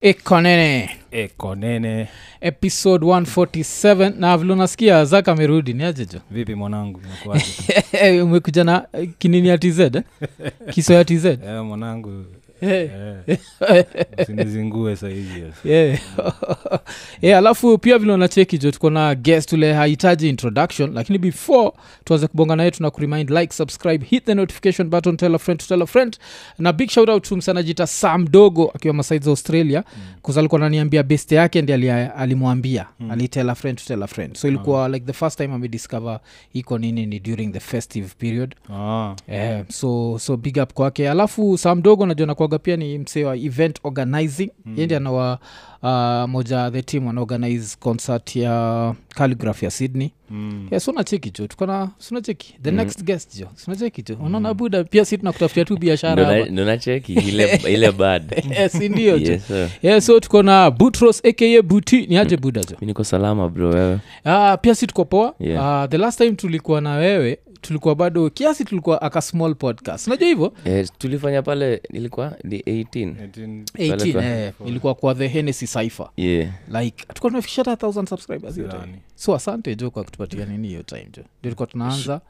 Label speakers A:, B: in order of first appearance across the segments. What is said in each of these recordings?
A: ekonene
B: ekonene
A: episode 147 na vile unasikia zaka amerudi ni ajejo
B: vipi mwanangu Imekuwaje?
A: umekuja na eh, kinini ya tz eh? kiso ya tz
B: eh, mwanangu
A: Eh,
B: eh, usinizingue sahizi
A: yeah. yeah, alafu pia vile unacheki jo tuko na guest ule hahitaji introduction lakini before tuanze kubonga naye tuna kuremind like subscribe hit the notification button tell a friend to tell a friend na big shout out to msanajita sam dogo akiwa masaids australia mm. alikuwa ananiambia best yake ndi alimwambia mm. alitel a friend to tell a friend so ilikuwa mm. like the first time amediscover iko nini ni during the festive period
B: ah,
A: Eh, so so big up kwake alafu saa mdogo najua nakwaga pia ni msee wa event organizing
C: Hmm.
A: mm. yendi anawa uh, moja the team wanaorganize concert ya calligraph ya sydney
C: Hmm.
B: mm.
A: yeah, sunacheki jo tukona sunacheki the next guest jo sunacheki jo unaona
C: Hmm.
A: buda pia si tunakutafutia tu biashara hapa.
C: ndonacheki ile, ile bad
A: Eh, si ndio jo
C: yes, sir.
A: yeah, so tuko na butros aka buti ni aje buda jo
C: mi niko salama bro wewe
A: Ah, pia si tuko poa
C: Yeah.
A: Ah, the last time tulikuwa na wewe tulikuwa bado kiasi tulikuwa aka small podcast unajua hivyo
C: eh, tulifanya pale ilikuwa ni 18
B: 18
A: 18,
C: Pale
A: eh, ilikuwa kwa the hennessy cipher
C: yeah
A: like tukuwa tumefikisha hata 1000 subscribers hiyo time.
B: Sidhani.
A: so asante jo kwa kutupatia nini hiyo time jo ndio tulikuwa tunaanza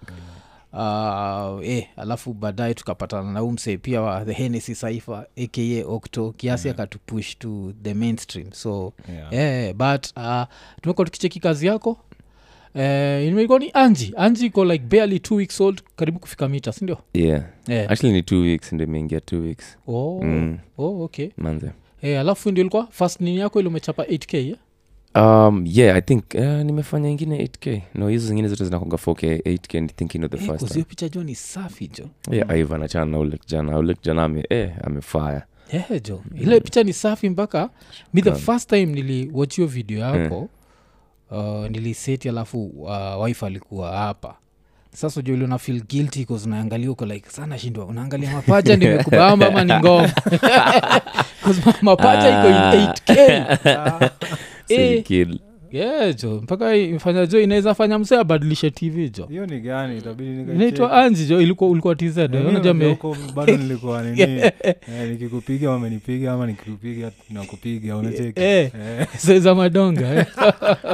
A: Uh, eh, alafu baadaye tukapatana na umse pia wa the hennessy cipher aka octo kiasi akatupush to the mainstream so
B: yeah.
C: Eh.
A: yeah, but uh, tumekuwa tukicheki kazi yako eh, imekuwa ni anji anji iko like barely two weeks old karibu kufika mita sindio
C: yeah
A: eh.
C: actually ni two weeks ndio imeingia two weeks
A: oh,
C: Mm.
A: oh, okay
C: manze
A: eh, alafu ndio ilikuwa fast nini yako ili umechapa 8k eh?
C: um yeah i think uh, nimefanya ingine 8k no hizo zingine zote zinakonga 4k 8k and thinking of the
A: Eh,
C: first
A: kuzio
C: time
A: picha jo ni safi jo
C: yeah aivan achana na ule kijana ule kijana ame eh amefire
A: yeah, jo ile picha ni safi mpaka mi the first time niliwatch hiyo video yako uh, niliseti alafu uh, wife alikuwa hapa sasa jo uliona feel guilty bcause unaangalia uko like sana shindwa unaangalia mapacha nimekubamba ama ni ngoma 'Cause ma- mapacha iko
C: Ah.
A: in 8k
C: Silly
A: Eh.
C: kid
A: yeah jo mpaka ifanya jo inaweza fanya msee abadilishe tv jo
B: hiyo ni gani itabidi nikacheki.
A: inaitwa anji jo ilikuwa ulikuwa tz
B: Eh, mimi
A: unajua me-
B: huko bado nilikuwa nini eh, nikikupiga wamenipiga ama nikikupiga nakupiga unacheki
A: Eh.
B: Eh,
A: Sasa za madonga eh.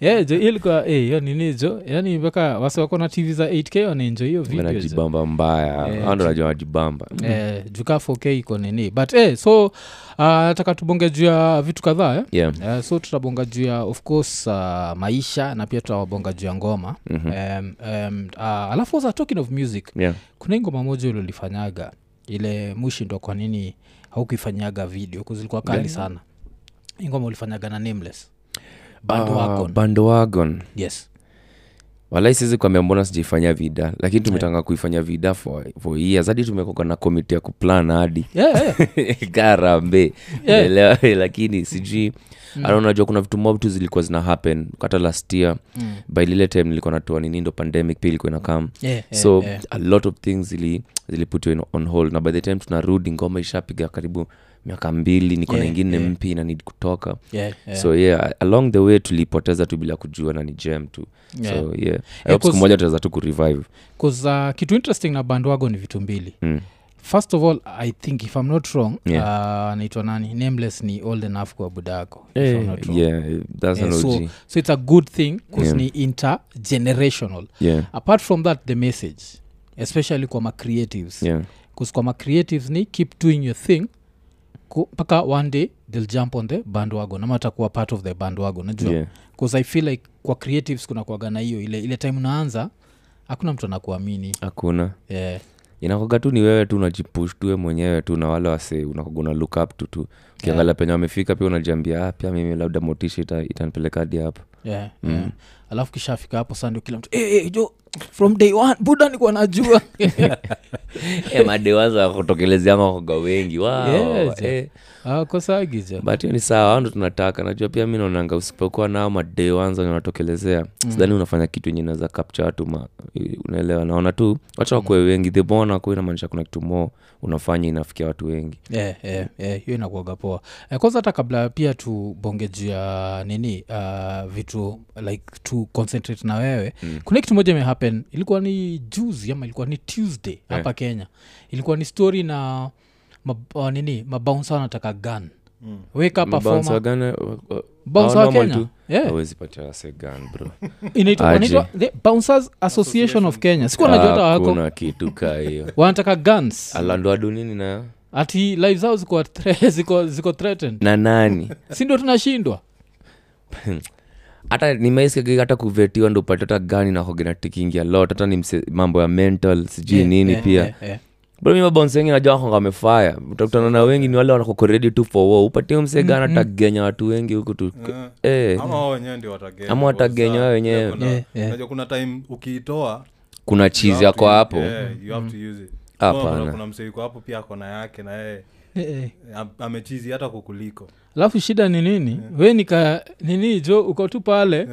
A: yeah, jo ilikuwa eh, hiyo nini jo yani mpaka wasi wako na tv za 8k wanaenjoi hiyo video jo.
C: wanajibamba mbaya
A: Eh,
C: hao ndo najua wanajibamba
A: eh, jukaa 4k iko nini but eh, so ah, nataka tubonge juu ya vitu kadhaa eh?
C: yeah
A: Eh, so tutabonga juu ya of course uh, maisha na pia tutawabonga juu ya ngoma
C: Mhm.
A: um, um, uh, alafu za talking of music
C: yeah
A: kuna hii ngoma moja ulolifanyaga ile mwishi ndo kwa nini haukuifanyaga video kuzilikuwa kali
C: Gani?
A: sana hii ngoma ulifanyaga na nameless bandwagon
C: Ah, bandwagon
A: yes
C: walai siwezi kuambia mbona sijaifanyia vida lakini tumetanga kuifanya vida for, for years hadi tumekoka na komiti ya kuplan hadi
A: yeah, yeah.
C: garambe
A: Yeah.
C: elewa lakini sijui mm. unajua kuna vitu mob tu zilikuwa zina happen hata last year
A: Mm.
C: by lile time nilikuwa natoa nini ndo pandemic pia ilikuwa inakam
A: Yeah, yeah,
C: so
A: yeah.
C: a lot of things zili ziliputwa on hold na by the time tunarudi ngoma ishapiga karibu miaka mbili niko na
A: Yeah,
C: ingine
A: yeah.
C: mpya inanid kutoka
A: Yeah, yeah.
C: so yeah along the way tulipoteza tu bila kujua na ni gem tu
A: Yeah.
C: so yeah I hope siku
A: cause-
C: moja tutaweza tu kurevive
A: 'Cause, uh, kitu interesting na bandwago ni vitu mbili
C: mm.
A: first of all i think if i'm not wrong
C: Yeah.
A: uh, naitwa nani nameless ni old enough kwa buda yako if I'm not wrong.
C: Eh, yeah that's
A: Eh,
C: an OG
A: so, so it's a good thing bcause
C: Yeah.
A: ni intergenerational
C: yeah
A: apart from that the message especially kwa macreatives
C: yeah
A: bcause kwa macreatives ni keep doing your thing ku- mpaka one day they'll jump on the bandwagon ama watakuwa part of the bandwagon najua
C: yeah
A: bcause i feel like kwa creatives kuna kuaga na hiyo ile ile time unaanza hakuna mtu anakuamini
C: hakuna
A: yeah.
C: inakoga tu ni wewe tu unajipush tuwe mwenyewe tu na wale wase unakoga una look up tu tu ukiangalia penye wamefika pia unajiambia ah, pia mimi labda motisha ita, itanipeleka hadi hapo
A: Yeah, yeah. alafu kishafika hapo sandio kila mtu hey, hey, jo from day one buda nikuwa najua
C: Eh, madewaza wakutokelezea makoga wengi wow,
A: Yes.
C: eh.
A: Ah, kosagija
C: but hiyo ni sawa ando tunataka najua pia mi naonanga usipokuwa nao madewanza wanatokelezea mm. sidhani unafanya kitu yenye naweza kapcha watu ma, unaelewa naona tu
A: Mm.
C: wacha wakuwe wengi thebona ku inamaanisha kuna kitu mo unafanya inafikia watu wengi
A: Eh, eh, eh, hiyo inakuaga poa Eh, kwanza hata kabla pia tubonge juu ya nini uh, vitu like to concentrate na wewe mm. kuna kitu moja imehappen ilikuwa ni juzi ama ilikuwa ni
C: Eh.
A: tuesday hapa kenya ilikuwa ni story na mab, uh, nini mabaunsa ah, wanataka gun
B: Mm.
A: wake up a
C: Mabouncer
A: former
C: gani, wa- wa-
A: bouncer
C: hawa
A: wa
C: normal
A: kenya
C: tu?
A: yeah.
C: hawezi patia wase gun, bro
A: Inaitwa-
C: Aje. Ah,
A: wanaitwa the bouncers association of kenya siku wanajua hata wako
C: hakuna kitu kaa hiyo
A: wanataka
C: Ah.
A: guns
C: alandoadu nini nayo
A: ati live zao ziko thre- ziko ziko threatened
C: na nani
A: si ndio tunashindwa
C: hata nimaiskagi hata kuvetiwa ndo upate hata gani nahogenatikingia lot hata ni mse- mambo ya mental sijui
A: Yeah,
C: nini
A: yeah,
C: pia
A: yeah, yeah.
C: bro mi mabonsi wengi najua wakonga wamefaya utakutana na wengi ni wale wanakoko ready tu for war upatie msegana mm-hmm. tagenya watu wengi huku tu
B: Eh.
C: eh,
B: ama wao wenyewe ndio watagenya
C: Ama watagenya wao wenyewe.
A: Yeah, yeah.
B: unajua kuna time ukiitoa
C: kuna chizi yako hapo Mm.
B: yeah, you have to use it.
C: Hapana.
B: Kama kuna- kuna msee yuko hapo pia akona yake na yeye
A: Eh, eh.
B: am- amechizi hata kukuliko
A: alafu shida ni nini we nika nini jo uko tu pale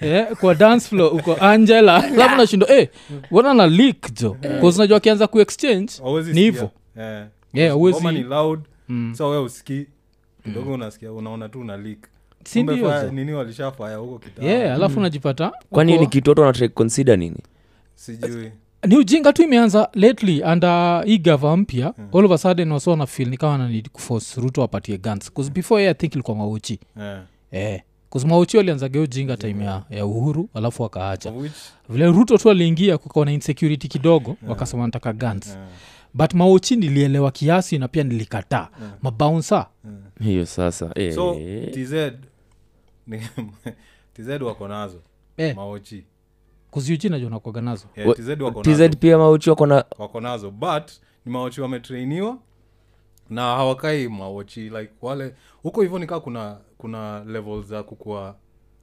A: eh, kwa dance floor uko angela alafu nashindo eh, wana na leak jo kaunajua akianza kuexchange
B: Hauwezi
A: Ni
B: sikia.
A: hivyo.
B: Eh.
A: Yeah, hauwezi- Mm.
B: Ngoma ni loud so we usikii kidogo unasikia unaona tu una leak Kumbe fire-
A: sindio
B: nini walishafaya huko kitambo.
A: yeah, alafu najipata
C: kwani hiyo
A: uko-
C: ni kitu watu wanatrai consider nini
B: sijui
A: ni ujinga tu imeanza lately under hii gava mpya all of a sudden wasi wana feel ni kama nanid kuforce ruto apatie guns bcause before yeye i think ilikuwa mauchi
B: Eh.
A: eh bcause mauchi walianzaga hiyo ujinga time ya, ya uhuru alafu wakaacha
B: Of which,
A: vile ruto tu aliingia kukawa na insecurity kidogo wakasema nataka guns
B: eh,
A: but mauchi nilielewa kiasi na pia nilikataa mabaunsa
C: hiyo sasa eh,
B: so
C: eh.
B: tz ni- tz wako nazo
A: eh,
B: maochi
A: kuziuchi najua nakwaga nazo
B: Yeah,
C: Wa-
B: tz wako nazo
C: tz pia mauchi wako na
B: wako nazo but ni maochi wametrainiwa na hawakai maochi like wale huko hivyo nikaa kuna kuna level za kukua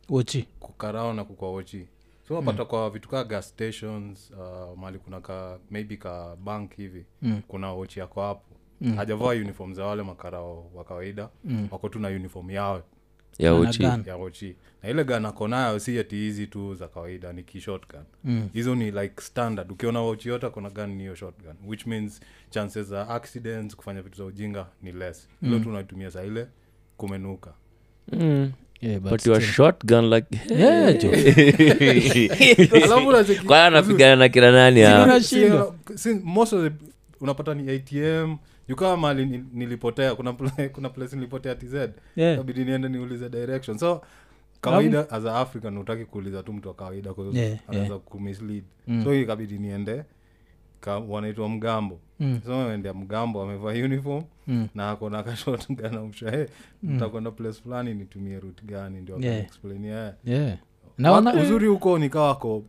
A: uchi
B: kukarao na kukua ochi so unapata kwa vitu kaa gas stations uh, mali kuna ka maybe ka bank hivi mm. kuna ochi yako hapo mm. hajavaa uniform za wale makarao wa kawaida mm. wako tu na uniform yao
C: ya
A: Ana
C: uchi
A: gun.
B: ya ochi na ile gan ako nayo si ati hizi tu za kawaida ni kishotgun hizo mm. ni like standard ukiona ochi yote akona gan ni hiyo shotgun which means chances za accidents kufanya vitu za ujinga ni less ilo tu unaitumia saa ile kumenuka
C: mm.
A: yeah, but
C: but your
A: still.
C: shotgun like
A: Yeah, jo.
B: Alafu unacheki-
C: kwaya anapigana na kila nani ya
A: Unashindwa.
B: Si- si- most of the unapata ni atm jukaa mali ni- nilipotea kuna pla- kuna place nilipotea tz
A: Yeah.
B: abidi niende niulize direction so kawaida as a african utaki kuuliza tu mtu wa kawaida kwa
A: Yeah,
B: yeah, anaweza
A: yeah.
B: yeah. kumislead mm. so ikabidi niende ka, wanaitwa mgambo
A: Mm.
B: so endea mgambo amevaa uniform
A: Mm.
B: na akona kashotgana mshae mm. takwenda place fulani nitumie rut gani ndio
A: Yeah.
B: yeah. yeah
A: yeah.
B: Wa-
A: naona
B: uzuri huko nikawa wako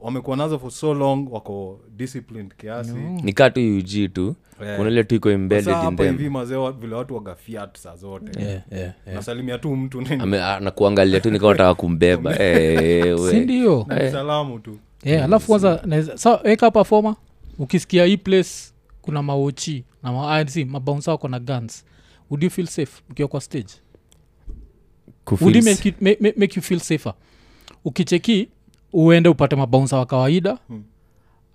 B: wamekuwa nazo for so long wako disciplined kiasi
A: Mm.
C: nikaa tu ug tu
B: Eh.
C: kuna ile tu iko
B: Sasa
C: embedded in
B: hapa
C: them
B: hivi mazee wa- vile watu wagafiat saa zote
A: yeah, yeah, yeah.
B: nasalimia tu mtu ni-
C: Ame- a- nakuangalia tu nikawa nataka kumbeba Eh, we.
A: si ndio
B: na salamu tu
A: yeah, alafu kwanza naeza- sa weka pafoma ukisikia hii place kuna maochi na maanc mabaunsa wako na guns would you feel safe ukiwa kwa stage
C: Kufeel
A: would it
C: s-
A: make, you, make, make- make you feel safer ukicheki uende upate mabaunsa wa kawaida hmm.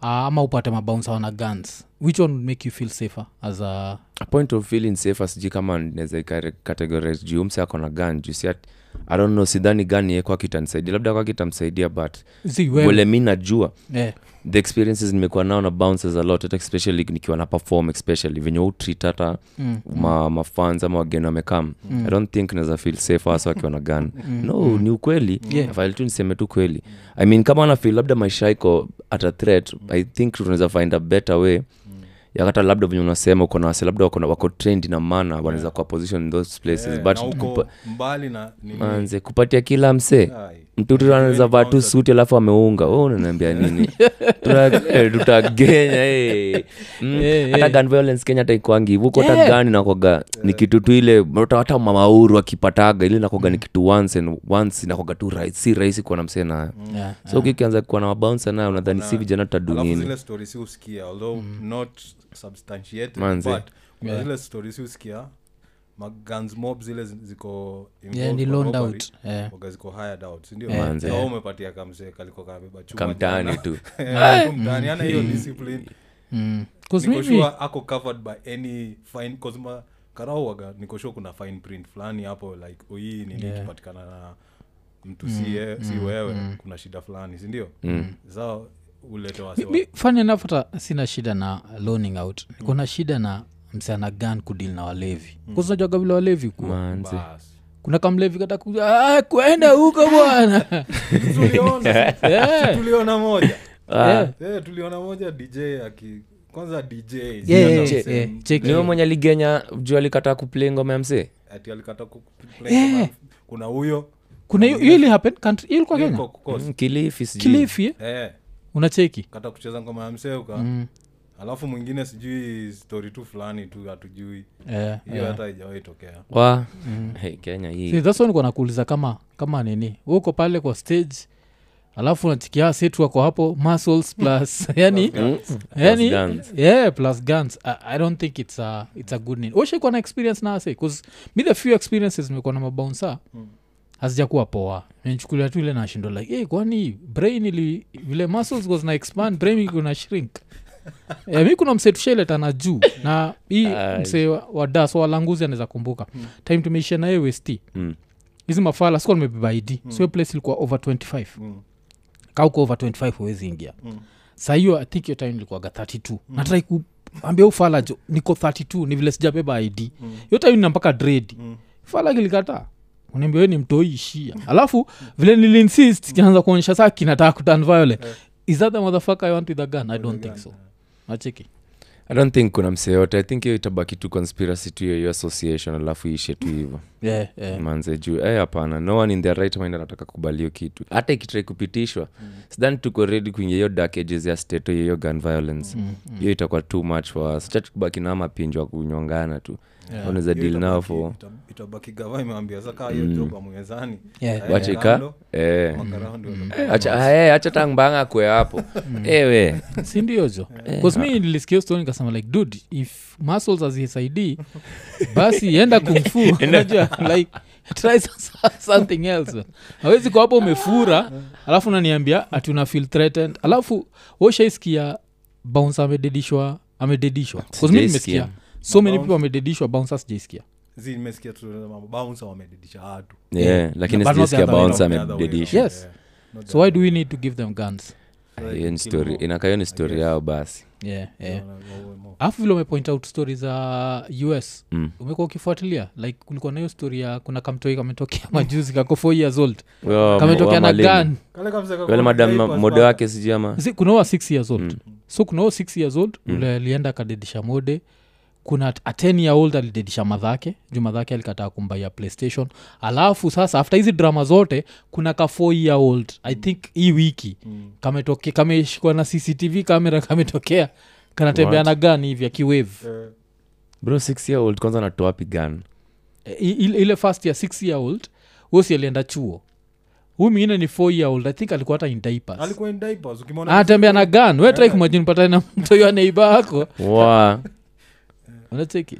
A: ama upate mabaunsa wana guns which one would make you feel safer as a
C: a point of feeling safe sijui kama naweza categorize juu mse ako na gun juu si ati- i don't know sidhani gani yekwa kitanisaidia labda kwa kitamsaidia but
A: zi wewe
C: vile mi najua
A: eh,
C: the experiences nimekuwa nao na bounces a lot hata especially nikiwa na perform especially venye utrit hata mm, ma, mafans ama wageni wamekam mm. i don't think naweza feel safe hasa wakiwa na gun no ni ukweli
A: Yeah.
C: Afadhali tu niseme tu kweli i mean kama ana feel labda maisha iko at a threat i think tunaweza find a better way ya hata labda venye unasema uko na wase labda wako, na- wako trained na mana wanaweza kuwa position in those places
B: Eh,
C: but
B: na uko
C: kupa,
B: mbali na nini.
C: manze kupatia kila msee
B: Ai.
C: mtoto anaweza vaa tu suti alafu ameunga oh, unaniambia nini Tuna- eh, tutagenya eh. Mm,
A: Eh,
C: hata
A: eh.
C: gun violence kenya hata ikwangi huko hata
A: Yeah.
C: gani nakwaga ni kitu tu ile hata- hata mamauru akipataga ile nakwaga ni kitu once and once nakwaga tu rahisi- si rahisi kuwa na msee nayo
A: yeah.
C: so ukikianza kuwa na mabaunsa nayo unadhani si vijana
B: alafu
C: tutadunini
B: zile stori si usikia although
A: Mm.
B: not substantiated
C: Manze.
B: but kuna zile stori si usikia magans mob zile zi- ziko
A: Yeah, ni
B: involved kwa
A: loaned
B: robbery,
A: out, yeah.
B: waga ziko hired out sindio
C: Manze.
B: So umepatia kamsee kaliko kabeba chuma
C: kamtaani tu
B: Eh, tu mtaani ana hiyo discipline
A: mm. 'Cause
B: niko
A: mimi-
B: sure ako covered by any fine cosma karauaga niko sure kuna fine print fulani hapo like hii nini
A: Yeah.
B: ikipatikana na mtu si, ye, si wewe kuna shida fulani sindio mm. sa ulete wasiwa
A: mi, mi, funny enough hata sina shida na loaning out niko na shida na msana gan kudil na walevi mm. kunajaga vile walevi huku
C: manzi
B: Bas.
A: kuna kamlevi kata ku- "Ah, kwenda huko bwana
B: Tuliona-
A: Eh,
B: tuliona moja
A: eh.
B: Eh, tuliona moja dj aki kwanza dj
A: Yeah, yeah,
B: sijui
A: yeah,
B: anamsema,
A: check
C: niwe mwenye aligenya juu alikataa kuplay ngoma ya msee
B: ati alikata ku- play
A: Eh.
B: kama- kuna huyo
A: kuna hiyo hiyo ili happen country hiyo ilikuwa
B: yuko
A: kenya
B: kukosa.
C: Mm, kilifi sijui.
A: kilifi eh?
B: Eh,
A: unacheki
B: kata kucheza ngoma ya mseuka
A: Mm.
B: alafu mwingine sijui story tu fulani tu hatujui
A: Eh,
B: hiyo
A: eh.
B: hata haijawahi tokea
C: wa Hey, kenya hii
A: See, that's why nilikuwa nakuuliza kama kama nini Wewe uko pale kwa stage alafu nachikia setu wako hapo muscles plus yani yani
C: guns.
A: yeah plus guns I, i don't think it's a, it's a good name ushaikuwa na experience na ase bcause mi the few experiences nimekuwa na mabounsa mm. hazijakuwa poa nichukulia tu ile nashindo like hey, kwani brain ili vile muscles was na expand brain ikuna shrink Eh, mi kuna msee tushaileta na juu na hii
C: Ai.
A: msee wa, wa das walanguzi anaweza kumbuka mm. time tumeishia naye westi
C: Mm.
A: hizi mafala sikuwa nimebeba id mm. so hiyo place ilikuwa over 25
B: Mm.
A: kauko over 25 huwezi ingia mm. saa hiyo i think hiyo time ilikuwaga 32 mm. natrai kuambia ufala jo niko 32 ni vile sijabeba id mm. hiyo time nina mpaka dredi mm. fala kilikataa unaambia we ni mtoishia alafu vile nilinsist kinaanza kuonyesha saa kinataka kutan violent is that the motherfucker i want Eh. with a gun eh. i don't think so nacheki
C: i don't think kuna msee yote i think hiyo itabaki tu conspiracy tu hiyo association alafu iishe
A: Mm.
C: tu hivo
A: yeah, yeah.
C: manze juu eh, hapana no one in their right mind anataka kubali hiyo kitu hata ikitrai kupitishwa mm. sidhani tuko redi kuingia hiyo dark ages ya steto hiyo gun violence hiyo mm. itakuwa too much for us Acha tukubaki na mapinjwa kunyongana tu yeah. unaweza
B: Hiyo
C: deal Mm. nao
B: itabaki-
C: for
B: ita- itabaki gava imeambia saka hiyo joba mwezani
C: Mm.
A: Yeah.
B: Aende
C: wacha ika
B: kando,
C: eh.
B: makaraundi
A: Mm.
B: watakuwa-
A: Oh.
C: acha eh, acha tambanga kwe hapo Eh,
A: Mm.
C: ewe
A: sindio jo bcause mi nilisikia hiyo story nikasema like dud if muscles hazisaidii basi enda kumfu unajua like try some- something else awezi kwa hapo umefura alafu unaniambia ati una feel threatened alafu washaiskia bounce amededishwa amededishwa 'Cause mi
C: Sijaisikia.
A: nimesikia so many people amededishwa bounce sijaisikia
B: Zi, nimesikia tu mabouncer wamedidisha watu
C: yeah. Eh, lakini
A: But not the
C: sijasikia
A: other way
C: bounce
B: around.
C: amededisha
A: Yes. so why do we need to give them guns
C: Ah, hiyo ni story inakayo ni story yao basi
A: yeah, yeah.
B: Wawe mo-
A: afu vile umepoint out stori za us
C: Mm.
A: umekuwa ukifuatilia like kulikuwa na hiyo stori ya kuna kamtoi kametokea majuzi kako four years old
C: Wao-
A: kametokea na
C: wamalimu.
A: gan
B: Kale kamse kako-
C: yule madam
B: kaipa
C: mode
B: sana.
C: wake sijui ama
A: si kuna huwa six years old
C: Mm.
A: so kuna huwa six years old ule alienda akadedisha mode kuna a 10 year old alidedisha madhake juu madhake alikataa kumbaia playstation alafu sasa after hizi drama zote kuna ka 4 year old i think hii wiki mm. kametoke kameshikwa na cctv kamera kametokea kanatembea
C: What?
A: na gan hivi akiwave
B: Eh,
C: bro six year old kwanza natoa pigan
A: I- ile ile first year six year old wosi alienda chuo huyu mwingine ni four year old i think alikuwa hata in diapers
B: alikuwa in diapers, ukimwona-
A: anatembea na gan we try kumajini patane na mtoyo aneiba wako
C: wa
A: unacheki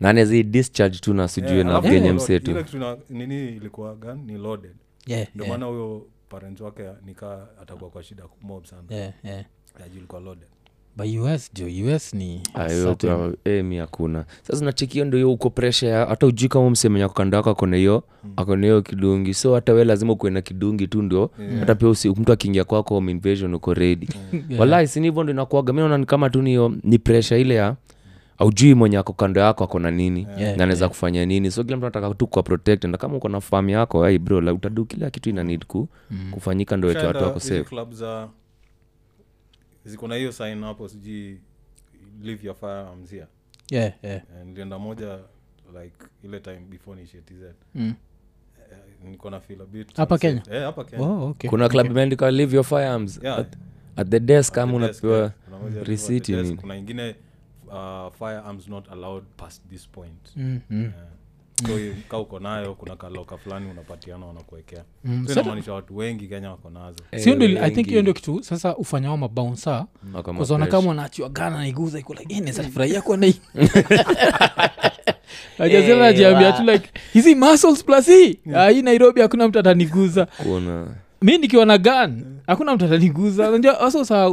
C: nane zi discharge tu na sijui
B: Eh,
C: na
B: alafu
C: genye
B: ndo-
C: msetu
B: ile kitu na- nini ilikuwa gun ni loaded
A: yeah,
B: ndio maana huyo parent wake nikaa atakuwa kwa shida mob sana
A: yeah, yeah.
B: Aji ilikuwa loaded
A: but us jo us ni
C: Ah,
A: certain-
C: eh, mi hakuna sasa nachekio ndo hiyo uko presha ya hata ujui kama msemenya kando yako akona hiyo akona hiyo kidungi so hata we lazima ukuwe na kidungi tu ndio hata pia usi, mtu akiingia kwako home invasion uko redi
A: Yeah.
C: walai sini hivyo ndo inakuaga mi naona ni kama tu niyo ni presha ile ya aujui mwenye ako kando yako akona nini
A: Yeah,
C: na anaweza kufanya nini so kila mtu anataka tu kuwa protected na kama uko na famu yako ai bro la utadu kila kitu ina need ku, kufanyika ndo wete watu
B: Ushaenda
C: wako
B: hizi
C: safe
B: club za ziko na hiyo sign hapo sijui live your firearms here
A: yeah, yeah.
B: Eh, nilienda moja like ile time before nishetz
A: Mm.
B: Eh, niko na feel a bit
A: Hapa
B: unsafe. Eh, hapa kenya
A: Oh, okay.
C: kuna club imeandika live your firearms
B: Yeah.
C: at, at the desk kama
B: The desk,
C: unapewa
B: eh, kuna moja ilikuwa
C: receipt
B: the desk,
C: nini.
B: kuna ingine uh, firearms not allowed past this point
A: Mm, mm,
B: so hiyo, ka uko nayo kuna kaloka fulani unapatiana wanakuwekea
A: mm.
B: so
A: Sasa- Eh,
B: inamaanisha watu wengi kenya wako nazo
A: sio ndo i
C: wengi.
A: think hiyo ndio kitu sasa ufanyao mabounsa
C: Wako
A: kuzona
C: mapressure.
A: kama wanachiwa gana naiguza iko like "Eh, naweza furahia kuwa na hii." Najazia
C: Eh,
A: najiambia
C: wa.
A: tu like hizi muscles plus hii Ah, hii nairobi hakuna mtu ataniguza
C: kuna
A: mi nikiwa na gan hakuna mtu ataniguza Unajua, also saa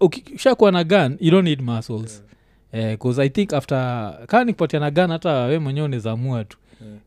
A: uki- ushakuwa na gan you don't need muscles bcause i think after kaa nikupatia na gan hata we mwenyewe unezamua tu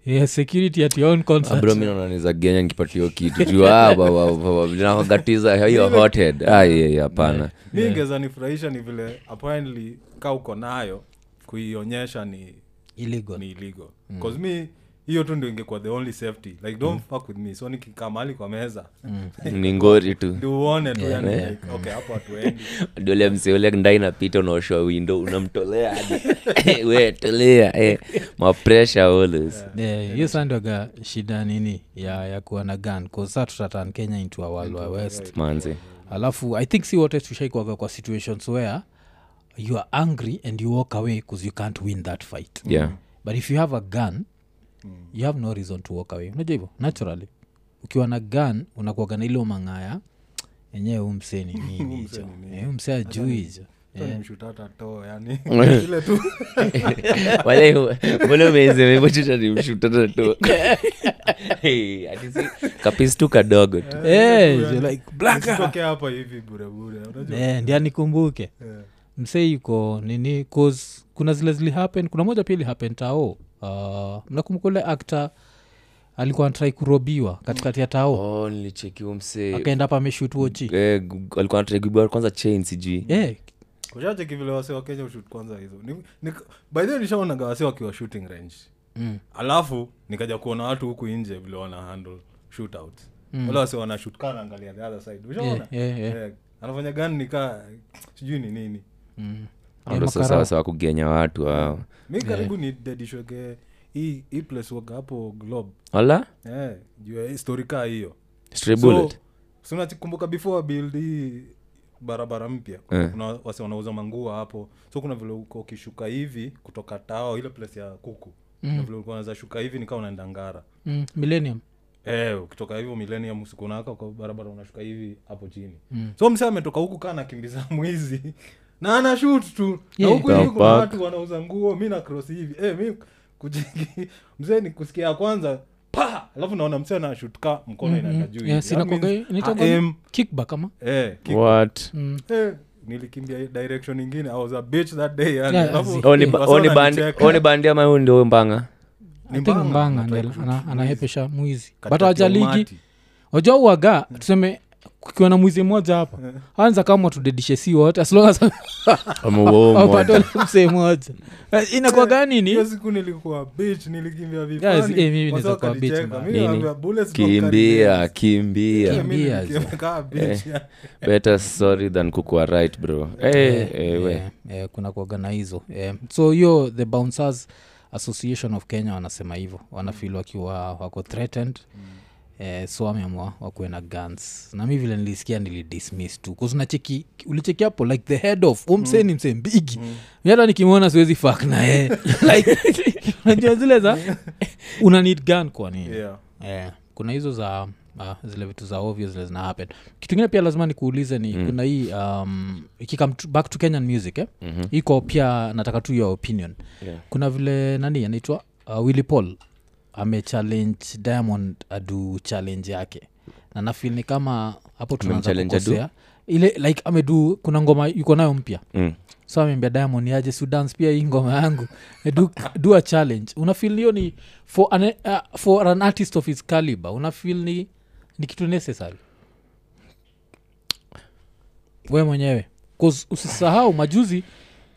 A: yeah, security at your own concert
C: abro mi naonaniza genya nikipatio kitu juu ah, ba- ba- ba- ba- nakagatiza hiyo Ah, hothead ai hapana
B: mi ingeza nifurahisha ni vile apparently ka uko nayo kuionyesha ni
A: illegal
B: ni illegal mm. mi hiyo tu ndio ingekuwa the only safety like don't mm. fuck with me so nikikaa mahali kwa meza
A: Mm.
C: ni ngori tu
B: ndio uone tu yani like, okay hapo hatuendi
C: dole msiole ndai napita unaoshwa windo unamtolea hadi we tolea eh. mapresha always
A: Eh, hiyo saa ndioga shida nini ya, ya kuwa na gun cause saa tutatan kenya into a world wa west
C: manzi
A: alafu i think si wote tushaikwaga kwa situations where you are angry and you walk away because you can't win that fight
C: yeah
A: but if you have a gun you have no reason to walk away unajua hivyo naturally ukiwa na gun unakuaga na ilo mang'aya enyewe umseni nini hicho Eh, huu msee ajui hicho
B: mshutata too yani ile tu
C: wale umeizemevochutarimshutatatu kapistu kadogo tu
A: Eh, you're like blackout.
B: sitokea hapa hivi burebure unajua
A: Eh, ndi anikumbuke
B: Eh.
A: msee yuko nini cause kuna zile zilihappen kuna moja pia ilihappen tao uh, mnakumbuka ule akta alikuwa antrai kurobiwa katikati ya tao
C: oh, nilichekiwa msee
A: akaenda hapa ameshutuochi
C: Eh, gu- alikuwa anatregibiwa kwanza chain sijui
A: Eh,
B: ushacheki vile wase wa kenya ushut kwanza hizo Ni- ni- by the way nishaonaga wase wakiwa shooting range mm. alafu nikaja kuona watu huku nje vile wana handle shootout mm. wale wase wana shoot kana angalia the other side ushaona
A: yeah, yeah.
B: Eh, anafanya gani nikaa sijui ni nini
C: Hao
A: Yaani
C: ndo sasa wasa wa kugenya watu hao
B: mi karibu ni dedishweke hii hii place waga hapo globe
C: ala
B: eh, juu ya hii story kaa hiyo
C: Stray bullet
B: sunakumbuka before build hii barabara mpya
C: Eh.
B: kuna wase wanauza manguo hapo so kuna vile uko ukishuka hivi kutoka tao ile place ya kuku mm. vile ulikuwa unaweza shuka hivi nikawa unaenda ngara
A: mm, millennium
B: Eh, ukitoka hivyo millennium usiku unawaka kwa barabara unashuka hivi hapo chini mm. so msee ametoka huku kaa nakimbiza mwizi na ana shut tu na
A: Yeah.
B: huku hivi kuna
C: Tapak.
B: watu wanauza nguo mi na cross hivi eh, mi kujingi mzee ni kusikia ya kwanza pa alafu naona msee anashutka mkono mm-hmm. inaenda juu
A: Yes,
B: hivi. That
A: inakuwaga-
B: means
A: inaitwaga
B: I am-
A: kickback ama Mm,
B: eh, ki-
C: what
B: eh, nilikimbia direction ingine i was a bitch that day yani.
A: Yeah,
B: Alafu
A: zi-
C: Oh, ni ba-
B: wasa
C: oh, ni bandi-
B: wananicheka.
C: oh, ni bandi ama huyu ndio huyu mbanga
A: I think
B: mbanga,
A: mbanga
B: anataka
A: ndio ana- anahepesha mwizi
B: Katikati
A: but
B: ya
A: wajaligi
B: umati.
A: wajua uaga tuseme kukiwa na mwizi mmoja hapa
B: Eh.
A: anza kama tudedishe si wote as long as
B: Oh
A: apate ule msee mmoja Eh, inakuwaga nini
B: hiyo siku nilikuwa bitch nilikimbia
A: Yes, eh, mimi
B: vipani
A: naweza
B: Wasa
A: kuwa bitch,
B: wakanicheka.
A: man.
B: Mimi
C: Nini?
B: nawaambia, bullets don't carry
C: kimbia
B: names.
C: kimbia
B: Yeah, mimi
A: Kimbia, eh.
B: nilikimbia kaa bitch, yeah.
C: better sorry than kukua right bro hey, hey, we.
A: eh, eh, kuna kuaga na hizo eh, so hiyo the bouncers association of kenya wanasema hivyo wanafil wakiwa wako threatened mm. eh, so wameamua wakuwe na guns na mi vile nilisikia nilidismiss tu kusunacheki ulicheki hapo like the head of umsee ni msee mbigi Mi hata nikimwona siwezi fak na yeye like unajua zile za una need gun kwa nini
B: Yeah.
A: yeah. Eh, kuna hizo za uh, zile vitu za ovyo zile zina happen kitu ingine pia lazima nikuulize ni
C: Mm-hmm.
A: mm. kuna hii um, ikikam back to kenyan music eh? mm-hmm. iko pia nataka tu your opinion
C: Yeah.
A: kuna vile nani anaitwa uh, willy paul amechallenge diamond adu challenge yake na nafil ni kama hapo tunaanza
C: Amemchallenge Adu?
A: kukosea ile like amedu kuna ngoma yuko nayo mpya
C: Mm.
A: so ameambia diamond yaje sudans pia hii ngoma yangu Eh, do, do a challenge unafil hiyo ni for an, uh, for an artist of his caliber unafil ni, ni kitu necessary we mwenyewe 'Cause usisahau majuzi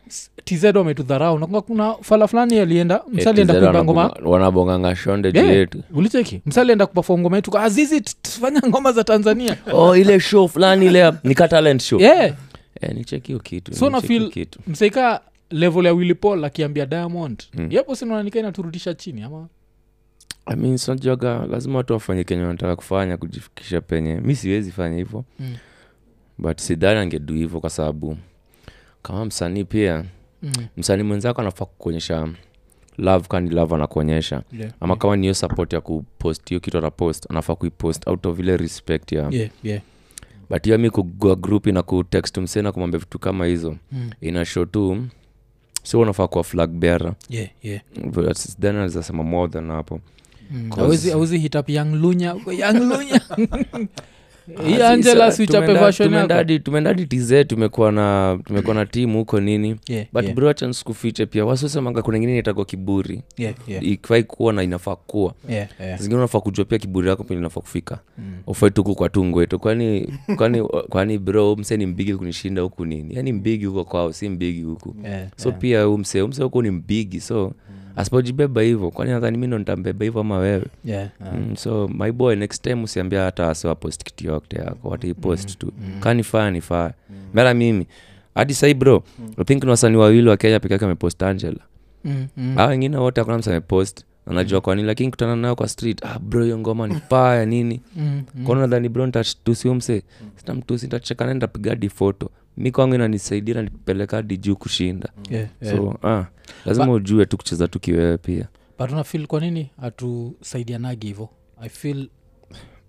A: s- tz wametudharau nakunga kuna fala fulani alienda
C: Eh,
A: msalienda
C: TZ
A: kuimba
C: wanabonga-
A: ngoma Eh.
C: wanabonganga shonde juu
A: Yeah,
C: yetu
A: ulicheki msalienda kupafom ngoma yetu azizi tufanya ngoma za tanzania
C: oh ile show fulani ile nika talent show
A: yeah.
C: eh, nicheki hiyo kitu
A: so
C: nicheki hiyo
A: nafil
C: kitu
A: mseika level ya willy paul akiambia diamond
C: Mm.
A: mm. yepo sinaonanika inaturudisha chini ama
C: I mean, so joga lazima watu wafanye kenye wanataka kufanya kujifikisha penye mi siwezi fanya hivyo
A: Mm.
C: but sidhani angedu hivyo kwa sababu kama msanii pia
A: mm.
C: msanii mwenzako anafaa kukuonyesha love kani love anakuonyesha
A: yeah.
C: ama kama ni hiyo support ya kupost hiyo kitu atapost anafaa kuipost out of ile respect ya
A: yeah, yeah.
C: but hiyo mi kugua grupi na kutext msee na kumwambia vitu kama hizo
A: Mm.
C: ina show tu sio unafaa kuwa flag bearer
A: yeah, yeah.
C: But then anaweza sema more than hapo
A: Mm.
C: Cause-
A: awezi awezi hit up young lunya young lunya
C: Ah,
A: hii angela sichape version yako
C: tumendadi tize tumekuwa na tumekuwa na timu huko nini
A: Yeah,
C: but
A: yeah.
C: bro acha nisikufiche pia wasiosemanga kuna ingine itagwa kiburi
A: Yeah, yeah,
C: ikifai kuwa na inafaa kuwa
A: yeah, Mm. yeah.
C: zingine unafaa kujua pia kiburi yako penye unafaa kufika ufai tuku kwa tungwetu kwani kwani kwani bro msee ni mbigi kunishinda huku nini yani mbigi huko kwao si mbigi huku
A: Yeah, Mm.
C: so pia huu msee huu msee huku ni mbigi so asipojibeba hivyo kwani nadhani mi ndo nitambeba hivyo ama wewe
A: yeah.
C: mm, so my boy next time usiambia hata asiwapost kitu yokte yako wataipost tu kaa nifaa nifaa mara mimi hadi sahii bro I think ni wasanii wawili wa kenya peke yake wamepost angela
A: Mm, mm.
C: aa wengine wote hakuna msa amepost anajua kwa nini lakini kutana nayo kwa street ah, bro hiyo ngoma ni faya nini
A: Mm, mm.
C: kwana nadhani bro nitatusi umse sitamtusi ntachekana nitapiga hadi foto mi kwangu inanisaidia nanipeleka hadi juu kushinda
A: Yeah, yeah.
C: so ah, lazima ujue tu kucheza tu kiwewe pia
A: but unafil kwa nini hatusaidianagi hivo i feel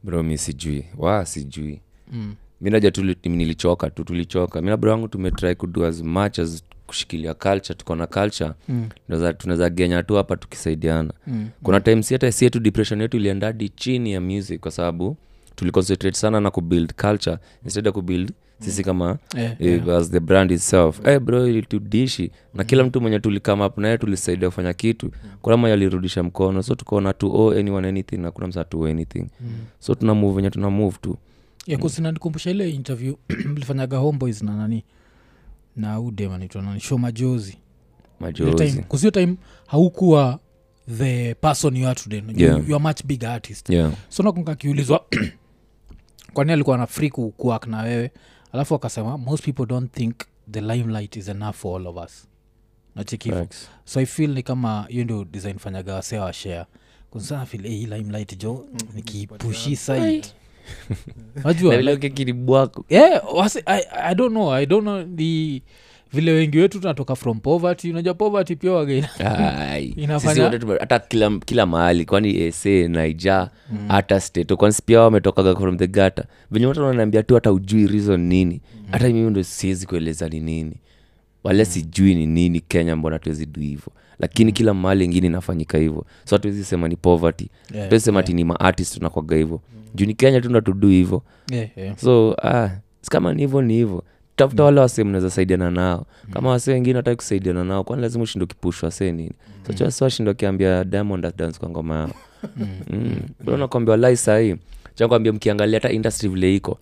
C: bro mi sijui wa sijui
A: mm,
C: mi naja tu li- nilichoka tu tulichoka mi na bro wangu tumetry kudo as much as kushikilia culture tuko na culture
A: mm,
C: tunaweza- tunaweza genya tu hapa tukisaidiana
A: mm.
C: kuna time si hata si yetu depression yetu iliendadi chini ya music kwa sababu tuliconcentrate sana na kubuild culture instead ya kubuild sisi kama
A: Mm. Yeah, Mm.
C: eh, as the brand itself Eh, bro ilitudishi na kila mtu mwenye tulikam up naye tulisaidia kufanya kitu
A: Mm.
C: kuna mwenye alirudisha mkono so tukaona tu oh, anyone anything na kuna msa tu anything so tuna move enye tuna move tu
A: Yeah, 'cause inanikumbusha ile interview mlifanyaga homeboys na nani na udemanaitwa nani show majozi Ile
C: majozi
A: time kuzio time haukuwa the person you are today you,
C: Yeah.
A: you are much big artist
C: yeah.
A: so nakunga akiulizwa kwani alikuwa na free ku- kuact na wewe alafu akasema most people don't think the limelight is enough for all of us nachekivo
C: Facts.
A: so i feel ni kama hiyo ndio design fanyaga wasea wa share kusanafil hey, "Eh, limelight jo nikiipushi side najua
C: Na vile ukikiribu wako
A: yeah, wasi, I, i don't know i don't know the vile wengi wetu tunatoka from poverty unajua poverty pia wagaina
C: Ai.
A: Inafanya-
C: Sisi wote tume- hata kila, kila mahali kwani ese naija
A: Mm.
C: hata steto kwani pia wametokaga from the gata venye watu wananiambia tu hata ujui reason nini
A: Mm.
C: hata mimi ndo siwezi kueleza ni nini wala sijui ni nini kenya mbona tuwezi du hivo lakini
A: Mm.
C: kila mahali ingine inafanyika hivo so hatuwezi sema ni poverty
A: Yeah, Mm.
C: tuwezi sema ati ni maartist tunakwaga hivo juu ni kenya tu natudu hivo
A: yeah, yeah.
C: so ah, si kama ni hivo ni hivo tafuta
A: Mm.
C: wale wasee mnaweza saidiana nao kama wasee wengine wataki kusaidiana nao kwani lazima ushinde ukipush wasee nini so
A: Mm.
C: cha wasi washinde wakiambia diamond dance kwa ngoma yao mm. bro nakwambia walai sahii chankwambia mkiangalia hata industry vile iko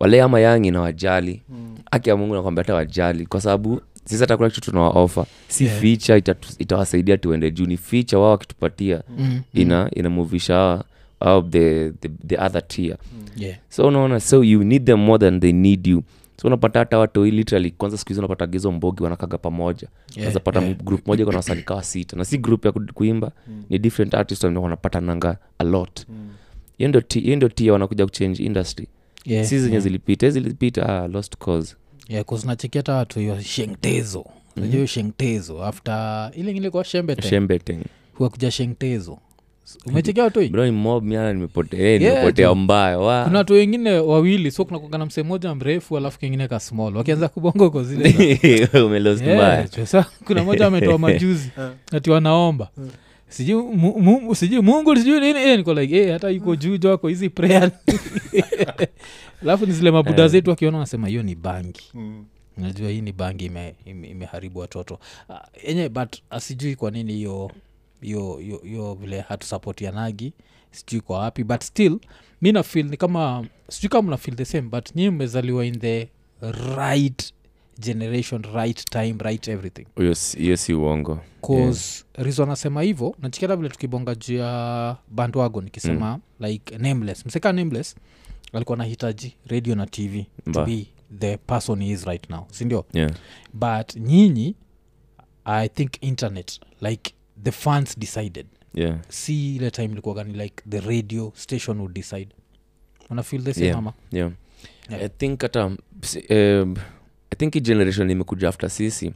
C: wale ama yangi na wajali
A: Mm.
C: haki ya mungu nakwambia hata wajali kwa sababu sisi hata kuna kitu tunawaofa si
A: Yeah.
C: yeah. ficha itatu- itawasaidia tuende juu ni ficha wao wakitupatia
A: Mm,
C: ina inamuvisha hawa au the, the, the other tier
A: yeah.
C: so unaona so you need them more than they need you so unapata hata watoi literally kwanza siku hizi unapata gizo mbogi wanakaga pamoja yeah, pata yeah. group moja kuna wasanii kawa sita na si group ya ku- kuimba mm. ni different artist ndio wanapata nanga a lot
A: Mm.
C: hiyo ndio ti- hiyo ndio tia wanakuja kuchange industry
A: Yeah,
C: si zenye
A: yeah.
C: zilipita hizi zilipita ah, lost cause
A: Yeah, 'cause nachekia hata watu hiyo shengtezo
C: Mm-hmm.
A: najua shengtezo after ile ingine kwa shembete
C: shembeteng
A: huwakuja shengtezo S- umechekia watu hii
C: bro ah. ni mob miara nimepotea eh,
A: Yeah,
C: nimepotea
A: tu.
C: mbaya wa
A: kuna watu wengine wawili so kunakugana msee mmoja mrefu alafu kengine ka small wakianza kubonga uko zile
C: umelost
A: Yeah,
C: Mm. mbaya
A: chwe, sa- kuna moja ametoa majuzi ati wanaomba sijui mu- Mungu- sijui mungu sijui nini eh, niko like eh, hata iko juu jwako hizi prayer alafu ni zile mabuda
C: Eh.
A: zetu akiona wanasema hiyo ni bangi
B: Mm.
A: najua hii ni bangi ime- ime- imeharibu watoto Ah, enye but asijui kwa nini hiyo hiyo hiyo- hiyo vile hatusapotianagi sijui kwa wapi but still mi nafil ni kama sijui kama mnafil the same but nyii mmezaliwa in the right generation right time right everything
C: Huyo si- hiyo si uongo
A: cause yeah. rizo anasema hivyo nachikata vile tukibonga juu ya bandwago nikisema mm. like nameless mseka nameless alikuwa anahitaji radio na tv to
C: Mba.
A: be the person he is right now sindio
C: yeah.
A: but nyinyi i think internet like the fans decided
C: Yeah.
A: si ile time ilikuwagani like the radio station would decide una feel the same
C: Yeah.
A: ama
C: yeah.
A: Yeah.
C: i think hata si- um, i think hii generation imekuja after sisi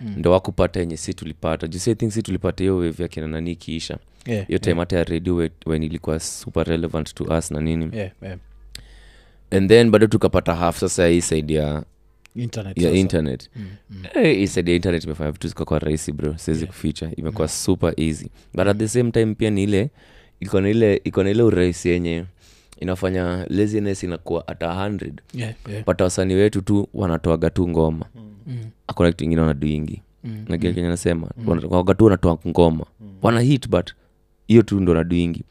A: Mm.
C: ndo wakupata yenye si tulipata juu si I think si tulipata hiyo wave ya kina nani ikiisha
A: yeah.
C: hiyo time hata ya radio we- when ilikuwa super relevant to us na nini
A: yeah. yeah.
C: and then bado tukapata half sasa hii side ya,
A: internet
C: ya
A: sasa.
C: internet
A: Mm, mm.
C: Eh, hii side ya internet imefanya vitu zikakuwa rahisi bro siwezi
A: Yeah. Mm.
C: kuficha imekuwa super easy but at the same time pia ni ile iko na ile iko na ile urahisi yenye inafanya laziness inakuwa hata 100
A: yeah, yeah.
C: pata wasanii wetu tu wanatoaga tu ngoma akona kitu ingine wanaduingi nakia kenye nasema waga tu wanatoa ngoma wana hit but hiyo tu ndo naduingi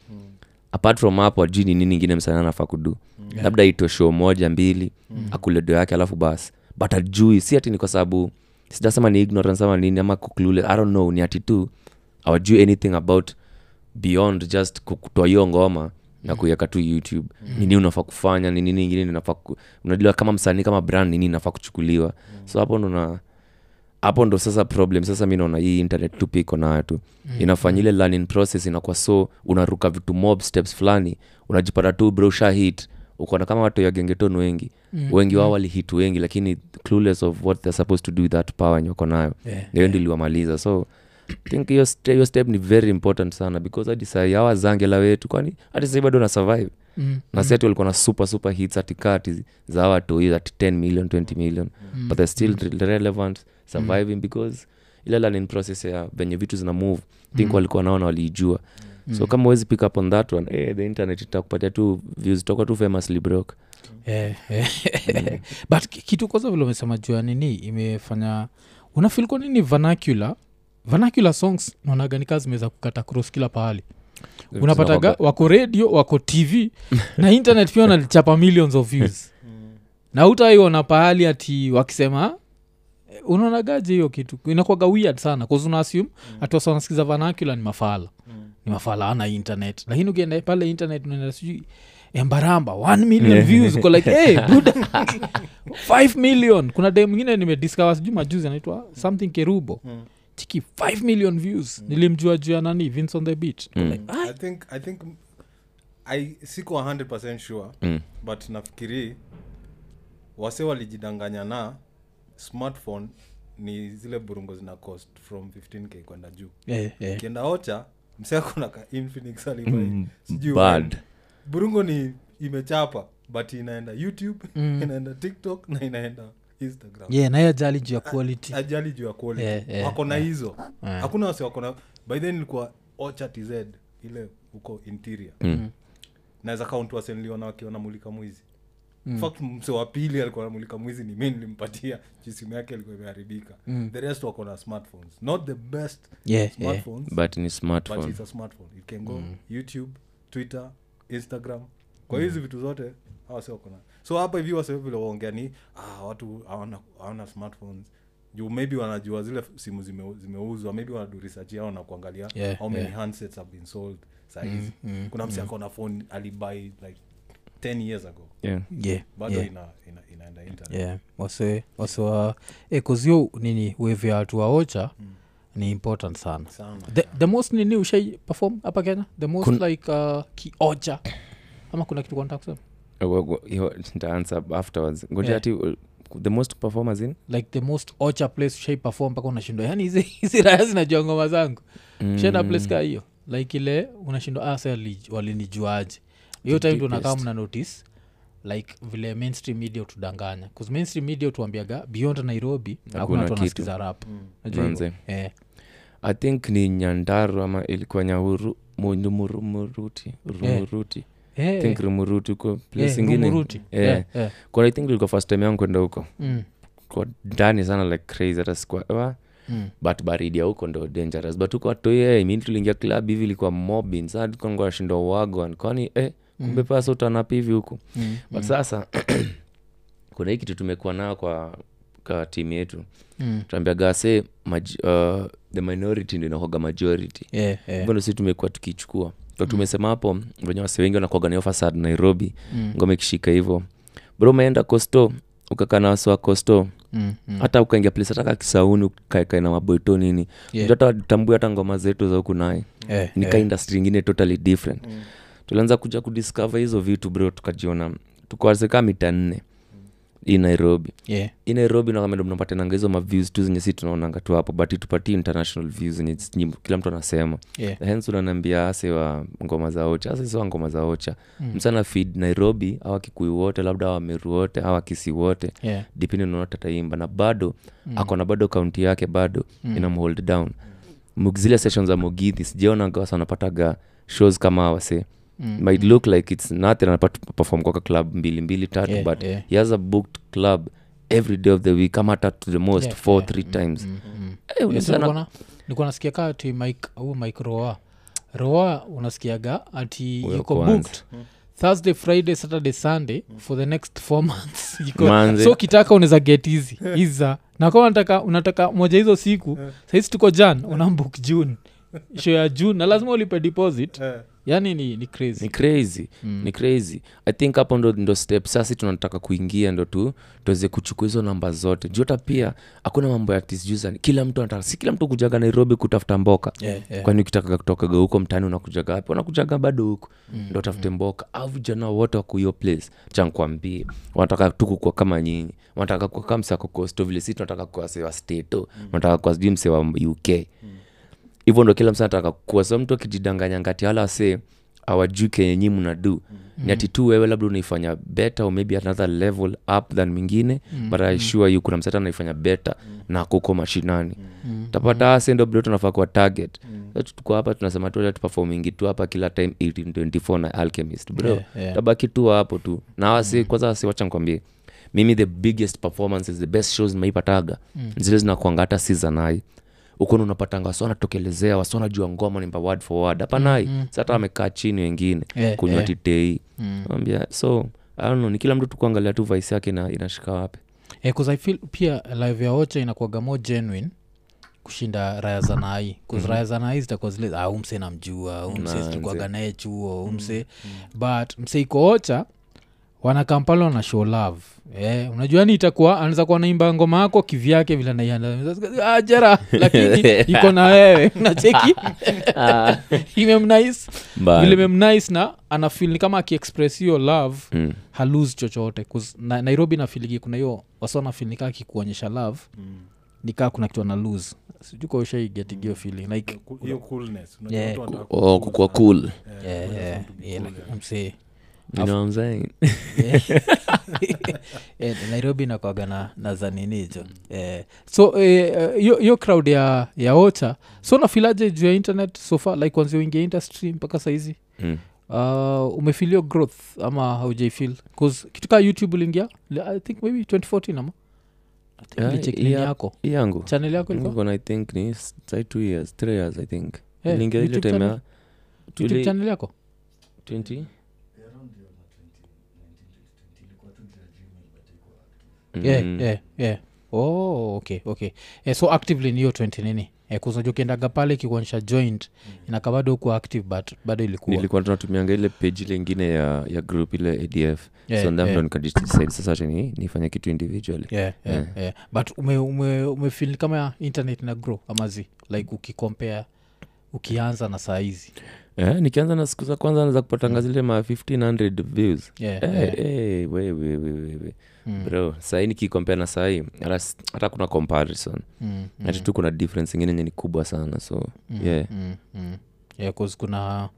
C: apart from hapo ajui ni nini ingine msanii anafaa kudu labda ito show moja mbili akuledo yake alafu basi but ajui si ati ni kwa sababu sijasema ni ignorance ama nini ama kuklule i don't know ni ati tu awajui anything about beyond just ku- kutoa hiyo ngoma na kuiweka tu youtube mm. nini unafaa kufanya ni nini ingine unafaa ku- unajua kama msanii kama brand nini inafaa kuchukuliwa mm. so hapo ndo na hapo ndo sasa problem sasa mi naona hii internet tu pia iko nayo tu mm. inafanya ile learning process inakuwa so unaruka vitu mob steps fulani unajipata tu bro usha hit ukaona kama watu ya gengeton wengi mm. wengi wao walihit wengi lakini clueless of what they're supposed to do with that power yenye wako nayo
A: Yeah.
C: hiyo ndio iliwamaliza so think hiyo ste- hiyo step ni very important sana because hadi saa hii hawa zangela wetu kwani hati sahii bado na survive
A: Mm.
C: na si ati walikuwa na super super hits ati kati za watoi ati 10 million 20 million mm. but they're still re- relevant surviving mm. because ile learning process ya venye vitu zina move think mm. walikuwa naona waliijua mm. so kama huwezi pick up on that one eh, the internet itakupatia tu views toka tu famously broke
A: Eh, eh.
C: Mm.
A: but ki- kitu kwanza vile umesema juu ya nini imefanya unafil kwa nini vanacula vanacula songs naonaganika zimeweza kukata cross kila pahali unapataga wako radio wako tv na internet pia wanachapa millions of views
B: Mm.
A: na utaiona pahali ati wakisema eh, unaonagaje hiyo kitu inakwaga weird sana kause unaasum hatuwasa wanasikiza vanacula ni mafala ni mafala ana internet lakini ukienda pale internet unaenda sijui embaramba 1 million views uko like hey, buda 5 million kuna dai mwingine nimediscover sijui majuzi anaitwa something kerubo chiki 5 million views nilimjua juu ya nani vince on the beach Niko like, "Ah,
B: I think, I think I, siko 100 sure
C: Mm.
B: but nafikiri wase walijidanganya na smartphone ni zile burungo zina cost from 15k kwenda juu
A: eh, eh,
B: ukienda ocha mseakona ka infinix alibai sijui
C: Mm, bad
B: burungo ni imechapa but inaenda youtube
A: Mm.
B: inaenda tiktok na inaenda instagram
A: yeah, naye ajali juu ya quality
B: ajali juu ya quality
A: Yeah, yeah,
B: wako na hizo hakuna wasi wako na by then ilikuwa ocha tz ile huko interior
C: Mm.
B: naweza kaunt wase niliona wakiona mulika mwizi mm. fact mse wa pili alikuwa namulika mwizi ni mi nilimpatia juu simu yake ilikuwa imeharibika mm. the rest wako na smartphones not the best
A: Yeah, yeah.
B: smartphones
C: but ni
B: but
C: smartphone
B: it's a smartphone it can go
A: Mm.
B: youtube twitter instagram kwa hizi vitu zote hawasekona so hapa hivi wase vile waongea ni ah, watu hawana hawana smartphones juu maybe wanajua zile f- simu zime- zimeuzwa maybe wanadu research yao na kuangalia
A: Yeah,
B: how many
A: yeah. Mm,
B: handsets have been sold sahizi kuna msi akaona phone alibai like 10 years ago
C: yeah.
A: yeah,
B: bado
A: yeah.
B: ina, ina, inaenda internet
A: yeah. wase wasewa e, kuzio nini wave ya watu waocha mm. ni important sana
B: sana
A: the, the most nini ushai perform hapa kenya the most
C: Kun-
A: like uh, kioja ama kuna kitu kwanata kusema
C: Wa- wa- hiyo nitaansa afterwards ngoja
A: Yeah.
C: ati uh, the most performers in
A: like the most ocha place ushai perform mpaka unashindwa yani hizi- hizi raya zinajua ngoma zangu mm. ushaenda place kaa hiyo like ile unashindwa ah, sa walinijuaje hiyo time ndo nakaa
C: deepest.
A: mna notice like vile mainstream media utudanganya bcause mainstream media utuambiaga beyond nairobi hakuna
C: Hakuna
A: watu
C: kitu.
A: wanasikiza rap
B: Mm,
A: Unajua hivyo?
C: Manze.
A: Eh.
C: Mm. i think ni nyandaru ama ilikuwa nyauru muruti
A: Yeah.
C: rumuruti
A: Eh,
C: I think rumuruti huko place
A: eh,
C: ingine
A: Rumuruti.
C: Yeah.
A: Yeah, yeah.
C: Kwa i think ilikuwa first time yangu kwenda huko
A: Mm,
C: kwa ndani sana like crazy hata sikwa wa-
A: mm.
C: but baridi ya huko ndo dangerous but huko atoe mi tuliingia club hivi ilikuwa mobbing saa tukongo washinda wagwan kwani eh, kumbe mm. pasa utanapi hivi huku
A: Mm,
C: but sasa kuna hii kitu tumekuwa nao kwa kwa timu yetu
A: Mm.
C: tuambia gase maj, uh, the minority ndo inakoga majority
A: Yeah, yeah.
C: hivyo ndo si tumekuwa tukichukua Kwa tumesema hapo venye wasi wengi wanakuaganiyo fasad nairobi
A: Mm.
C: ngoma ikishika hivyo bro umeenda kosto ukakaa na wasi wa kosto
A: Mm, mm.
C: hata ukaingia place hata ka kisauni ukaekae na maboito nini
A: Yeah.
C: Unajua hata watambui hata ngoma zetu za huku naye
A: Eh,
C: ni
A: eh.
C: ka industry ingine totally different
A: Mm.
C: tulianza kuja kudiscover hizo vitu bro tukajiona tukawazeka mita nne
A: Mm.
C: hii nairobi
A: Yeah.
C: hii nairobi nakamendo mnapatananga hizo maviews tu zenye si tunaonanga tu hapo but tupatie international views zenye s- nyimbo kila mtu anasema
A: Yeah.
C: hens unaniambia ase wa ngoma za ocha ase siwa ngoma za ocha
A: Mm.
C: msana feed nairobi awa kikui wote labda awa meru wote awa kisi wote
A: Yeah.
C: dipindi naona ataimba na bado mm. akona bado kaunti yake bado mm. inamhold down mm. zile session za mugithi sijaona gawasa wanapataga shows kama awase mm. might look like its nothing anaperform kwaka club mbili mbili tatu
A: Yeah,
C: but
A: yeah.
C: he has a booked club every day of the week ama tatu the most
A: Yeah,
C: four
A: yeah.
C: three times
A: mm.
C: Eh,
A: Yes,
C: unaweza na-
A: nilikuwa na- nilikuwa nasikia kaa ti mike huu mike roa roa unasikiaga ati
C: Huyo
A: yuko
C: kwanza.
A: booked thursday friday saturday sunday
C: Mm.
A: for the next four months Yuko-
C: Manze.
A: so ukitaka unaweza get hizi hizi za na kama unataka unataka moja hizo siku
C: Eh.
A: sahizi tuko jan unambuk june sho ya june na lazima ulipe deposit
C: Eh.
A: yani ni, ni crazy
C: ni crazy mm. ni crazy i think hapo ndo, ndo step sasi tunataka kuingia ndo tu tuweze kuchukua hizo namba zote juu hata pia hakuna mambo ya tisjuzani kila mtu anataka si kila mtu kujaga nairobi kutafuta mboka
A: Yeah, yeah.
C: kwani ukitaka kutokaga huko mtaani unakujaga wapi unakujaga bado huko mm. ndo tafute mboka au vijana wote wako hiyo place chankwambie wanataka tu kukua kama nyinyi wanataka kukua kama msako kosto vile si tunataka kuwa sewa stato mm. wanataka kuwa sijui msewa uk mm hivyo ndo kila msa nataka kuwa sa mtu akijidanganya ngati ala se awajui kenye nyi mnadu
A: Mm-hmm.
C: mm. ni ati tu wewe labda unaifanya better or maybe at another level up than mwingine
A: Mm-hmm.
C: mm. but I assure you kuna msata anaifanya better mm. na kuko mashinani
A: Mm-hmm.
C: mm. tapata ase ndo bdo tunafaa kuwa target mm. tuko hapa tunasema tu tupafomingi tu hapa kila time 1824 na alchemist bro
A: Yeah, yeah. Mm-hmm.
C: tabaki tu hapo tu na wasi mm. kwanza wasi wacha nikwambie mimi the biggest performances the best shows nimeipataga
A: Mm-hmm.
C: mm. zile zinakwanga hata sizanai ukona unapatanga wasi wanatokelezea wasi wanajua ngoma nimba word for word hapanai
A: Mm-hmm.
C: mm. sata wamekaa chini wengine
A: Yeah,
C: kunywa
A: yeah.
C: titei mm. so I don't know, ni kila mtu tu kuangalia tu vice yake ina, inashika wapi
A: Eh, 'cause I feel pia live ya ocha inakuaga more genuine kushinda raya za nai mm-hmm. raya za nai zitakuwa zile ah, umse namjua au mse zilikuaga naye chuo umse mm-hmm. but mse iko ocha wanakampala wana show love eh, unajua ni itakuwa anaweza kuwa naimba ngoma yako kivyake vile naianajera lakini iko na wewe nacheki imemnais vile imemnais na anafil ni kama akiexpress hiyo love
C: Mm.
A: halus chochote 'Cause na, nairobi nafiliki kuna hiyo wasanafil nikaa kikuonyesha love mm. nikaa kuna kitu ana lose sijui kwa ushaigetigio feeling like
B: Ku- hiyo coolness unajua
A: Yeah,
B: watu wanataka
C: oh, kukua cool
A: yeah, yeah, yeah, like, I'm saying.
C: you know what I'm saying?
A: Eh, nairobi nakwaga na, na zaninijo eh, so eh, eh, hiyo hiyo crowd ya, ya ocha so nafilaje juu ya internet so far like kwanzia uingia industry mpaka saizi
C: Mm.
A: uh, umefilio growth ama haujaifil bcause kitu kaa youtube uliingia li- i think maybe 2014 ama I think
C: Yeah,
A: nilicheck nini
C: yeah. Mm,
A: yako
C: Hii yangu
A: chanel yako ilikuwa?
C: Niko na i think ni s- sai two years three years i think
A: Eh,
C: Niliingia ile
A: YouTube
C: time ya-
A: channel? YouTube
C: tuli-
A: channel yako
C: 20?
A: yeah,
C: Mm.
A: yeah, yeah. Oh, okay, okay. Eh, so actively niyo 20 nini eh, kuzaja ukiendaga pale kikuonyesha joint
C: Mm.
A: inaka bado hukuwa active but bado ilikuwa
C: nilikuwa tunatumianga ile page ile ingine ya, ya group ile adf
A: Yeah,
C: so
A: yeah.
C: ndo nikadecide sasa acha ni nifanye kitu individually
A: yeah, yeah, yeah. but ume, ume, umefeel kama ya internet na grow ama zi like ukikompea ukianza na saa hizi
C: eh, nikianza na siku za kwanza naweza kupatanga zile ma 1500 views
A: Mm. yeah,
C: Eh,
A: yeah. Mm.
C: eh, we, we, we, we, we. bro sahii nikikompea na sahii hata s- hata kuna comparison
A: Mm, mm.
C: hati tu kuna difference ingine yenye ni kubwa sana so yeah
A: mm, mm. yeah, 'cause kuna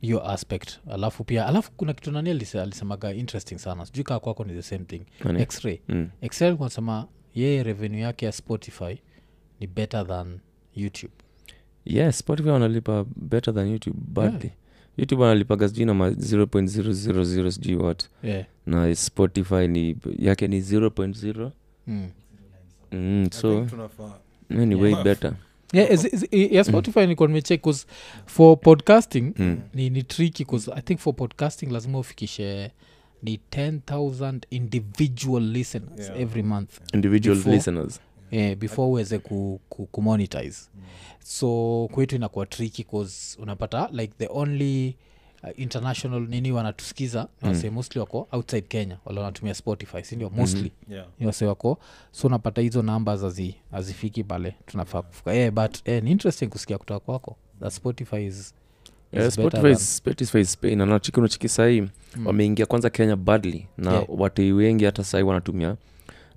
A: hiyo aspect alafu pia alafu kuna kitu nani alise- alisemaga interesting sana sijui kaa kwako ni the same thing
C: Nani?
A: x-ray
C: Mm.
A: x-ray alikuwa anasema yeye revenue yake ya spotify ni better than youtube
C: yeah spotify wanalipa better than youtube but youtube wanalipaga sijui nama 0.000 sijui what
A: yeah.
C: na spotify ni yake ni 0.0
A: Mm.
C: mm, so
B: tunafaa
C: hiyo ni way better
A: Yeah, is- is- yeah, spotify nilikuwa nimecheck 'cause for podcasting
C: Mm.
A: ni, ni tricky 'cause i think for podcasting lazima ufikishe ni 10000 individual listeners
B: Yeah.
A: every month
C: individual
A: Before-
C: listeners
A: eh, before uweze ku, ku, kumonetize so kwetu inakuwa tricky cause unapata like the only uh, international nini wanatusikiza mm. wase mostly wako outside kenya wala wanatumia spotify sindio
C: Mm-hmm.
A: mostly
B: yeah.
A: Ni wase wako so unapata hizo namba hazi, hazifiki pale tunafaa kufuka yeah, but eh, ni interesting kusikia kutoka kwako that spotify is, is
C: Yeah,
A: better
C: Spotify
A: than-
C: is- Spotify is Spain na nachiki unachiki sahii
A: Mm.
C: wameingia kwanza kenya badly na
A: Yeah.
C: watu wengi hata sahii wanatumia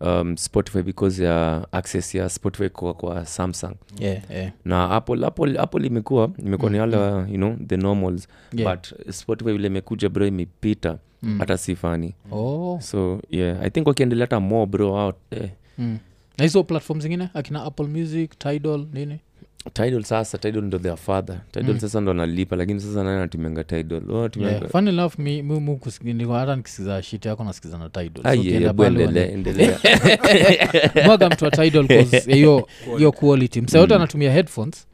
C: um, spotify because ya access ya spotify kwa, kwa samsung
A: yeah, eh. yeah.
C: na apple apple apple imekuwa imekuwa ni ala you know the normals
A: Mm, Yeah.
C: but spotify vile imekuja bro imepita
A: Mm.
C: hata si fani
A: Oh.
C: so yeah i think wakiendelea hata more bro out eh.
A: Mm. na hizo platform zingine akina apple music tidal nini
C: tidal sasa tidal ndo their father tidal
A: Mm.
C: sasa ndo analipa lakini sasa naye anatumianga tidal Wao wanatumianga-
A: yeah. fun enough mi, mi, mi kusi- niko- hata nikisikiza shit yako nasikiza na Tidal. So
C: Ah, yeah,
A: ukienda
C: yeah,
A: pale
C: bwe,
A: wana-
C: endele- endelea
A: mwaga mtu wa tidal cause ya hiyo hiyo quality msa yote
C: Mm.
A: anatumia headphones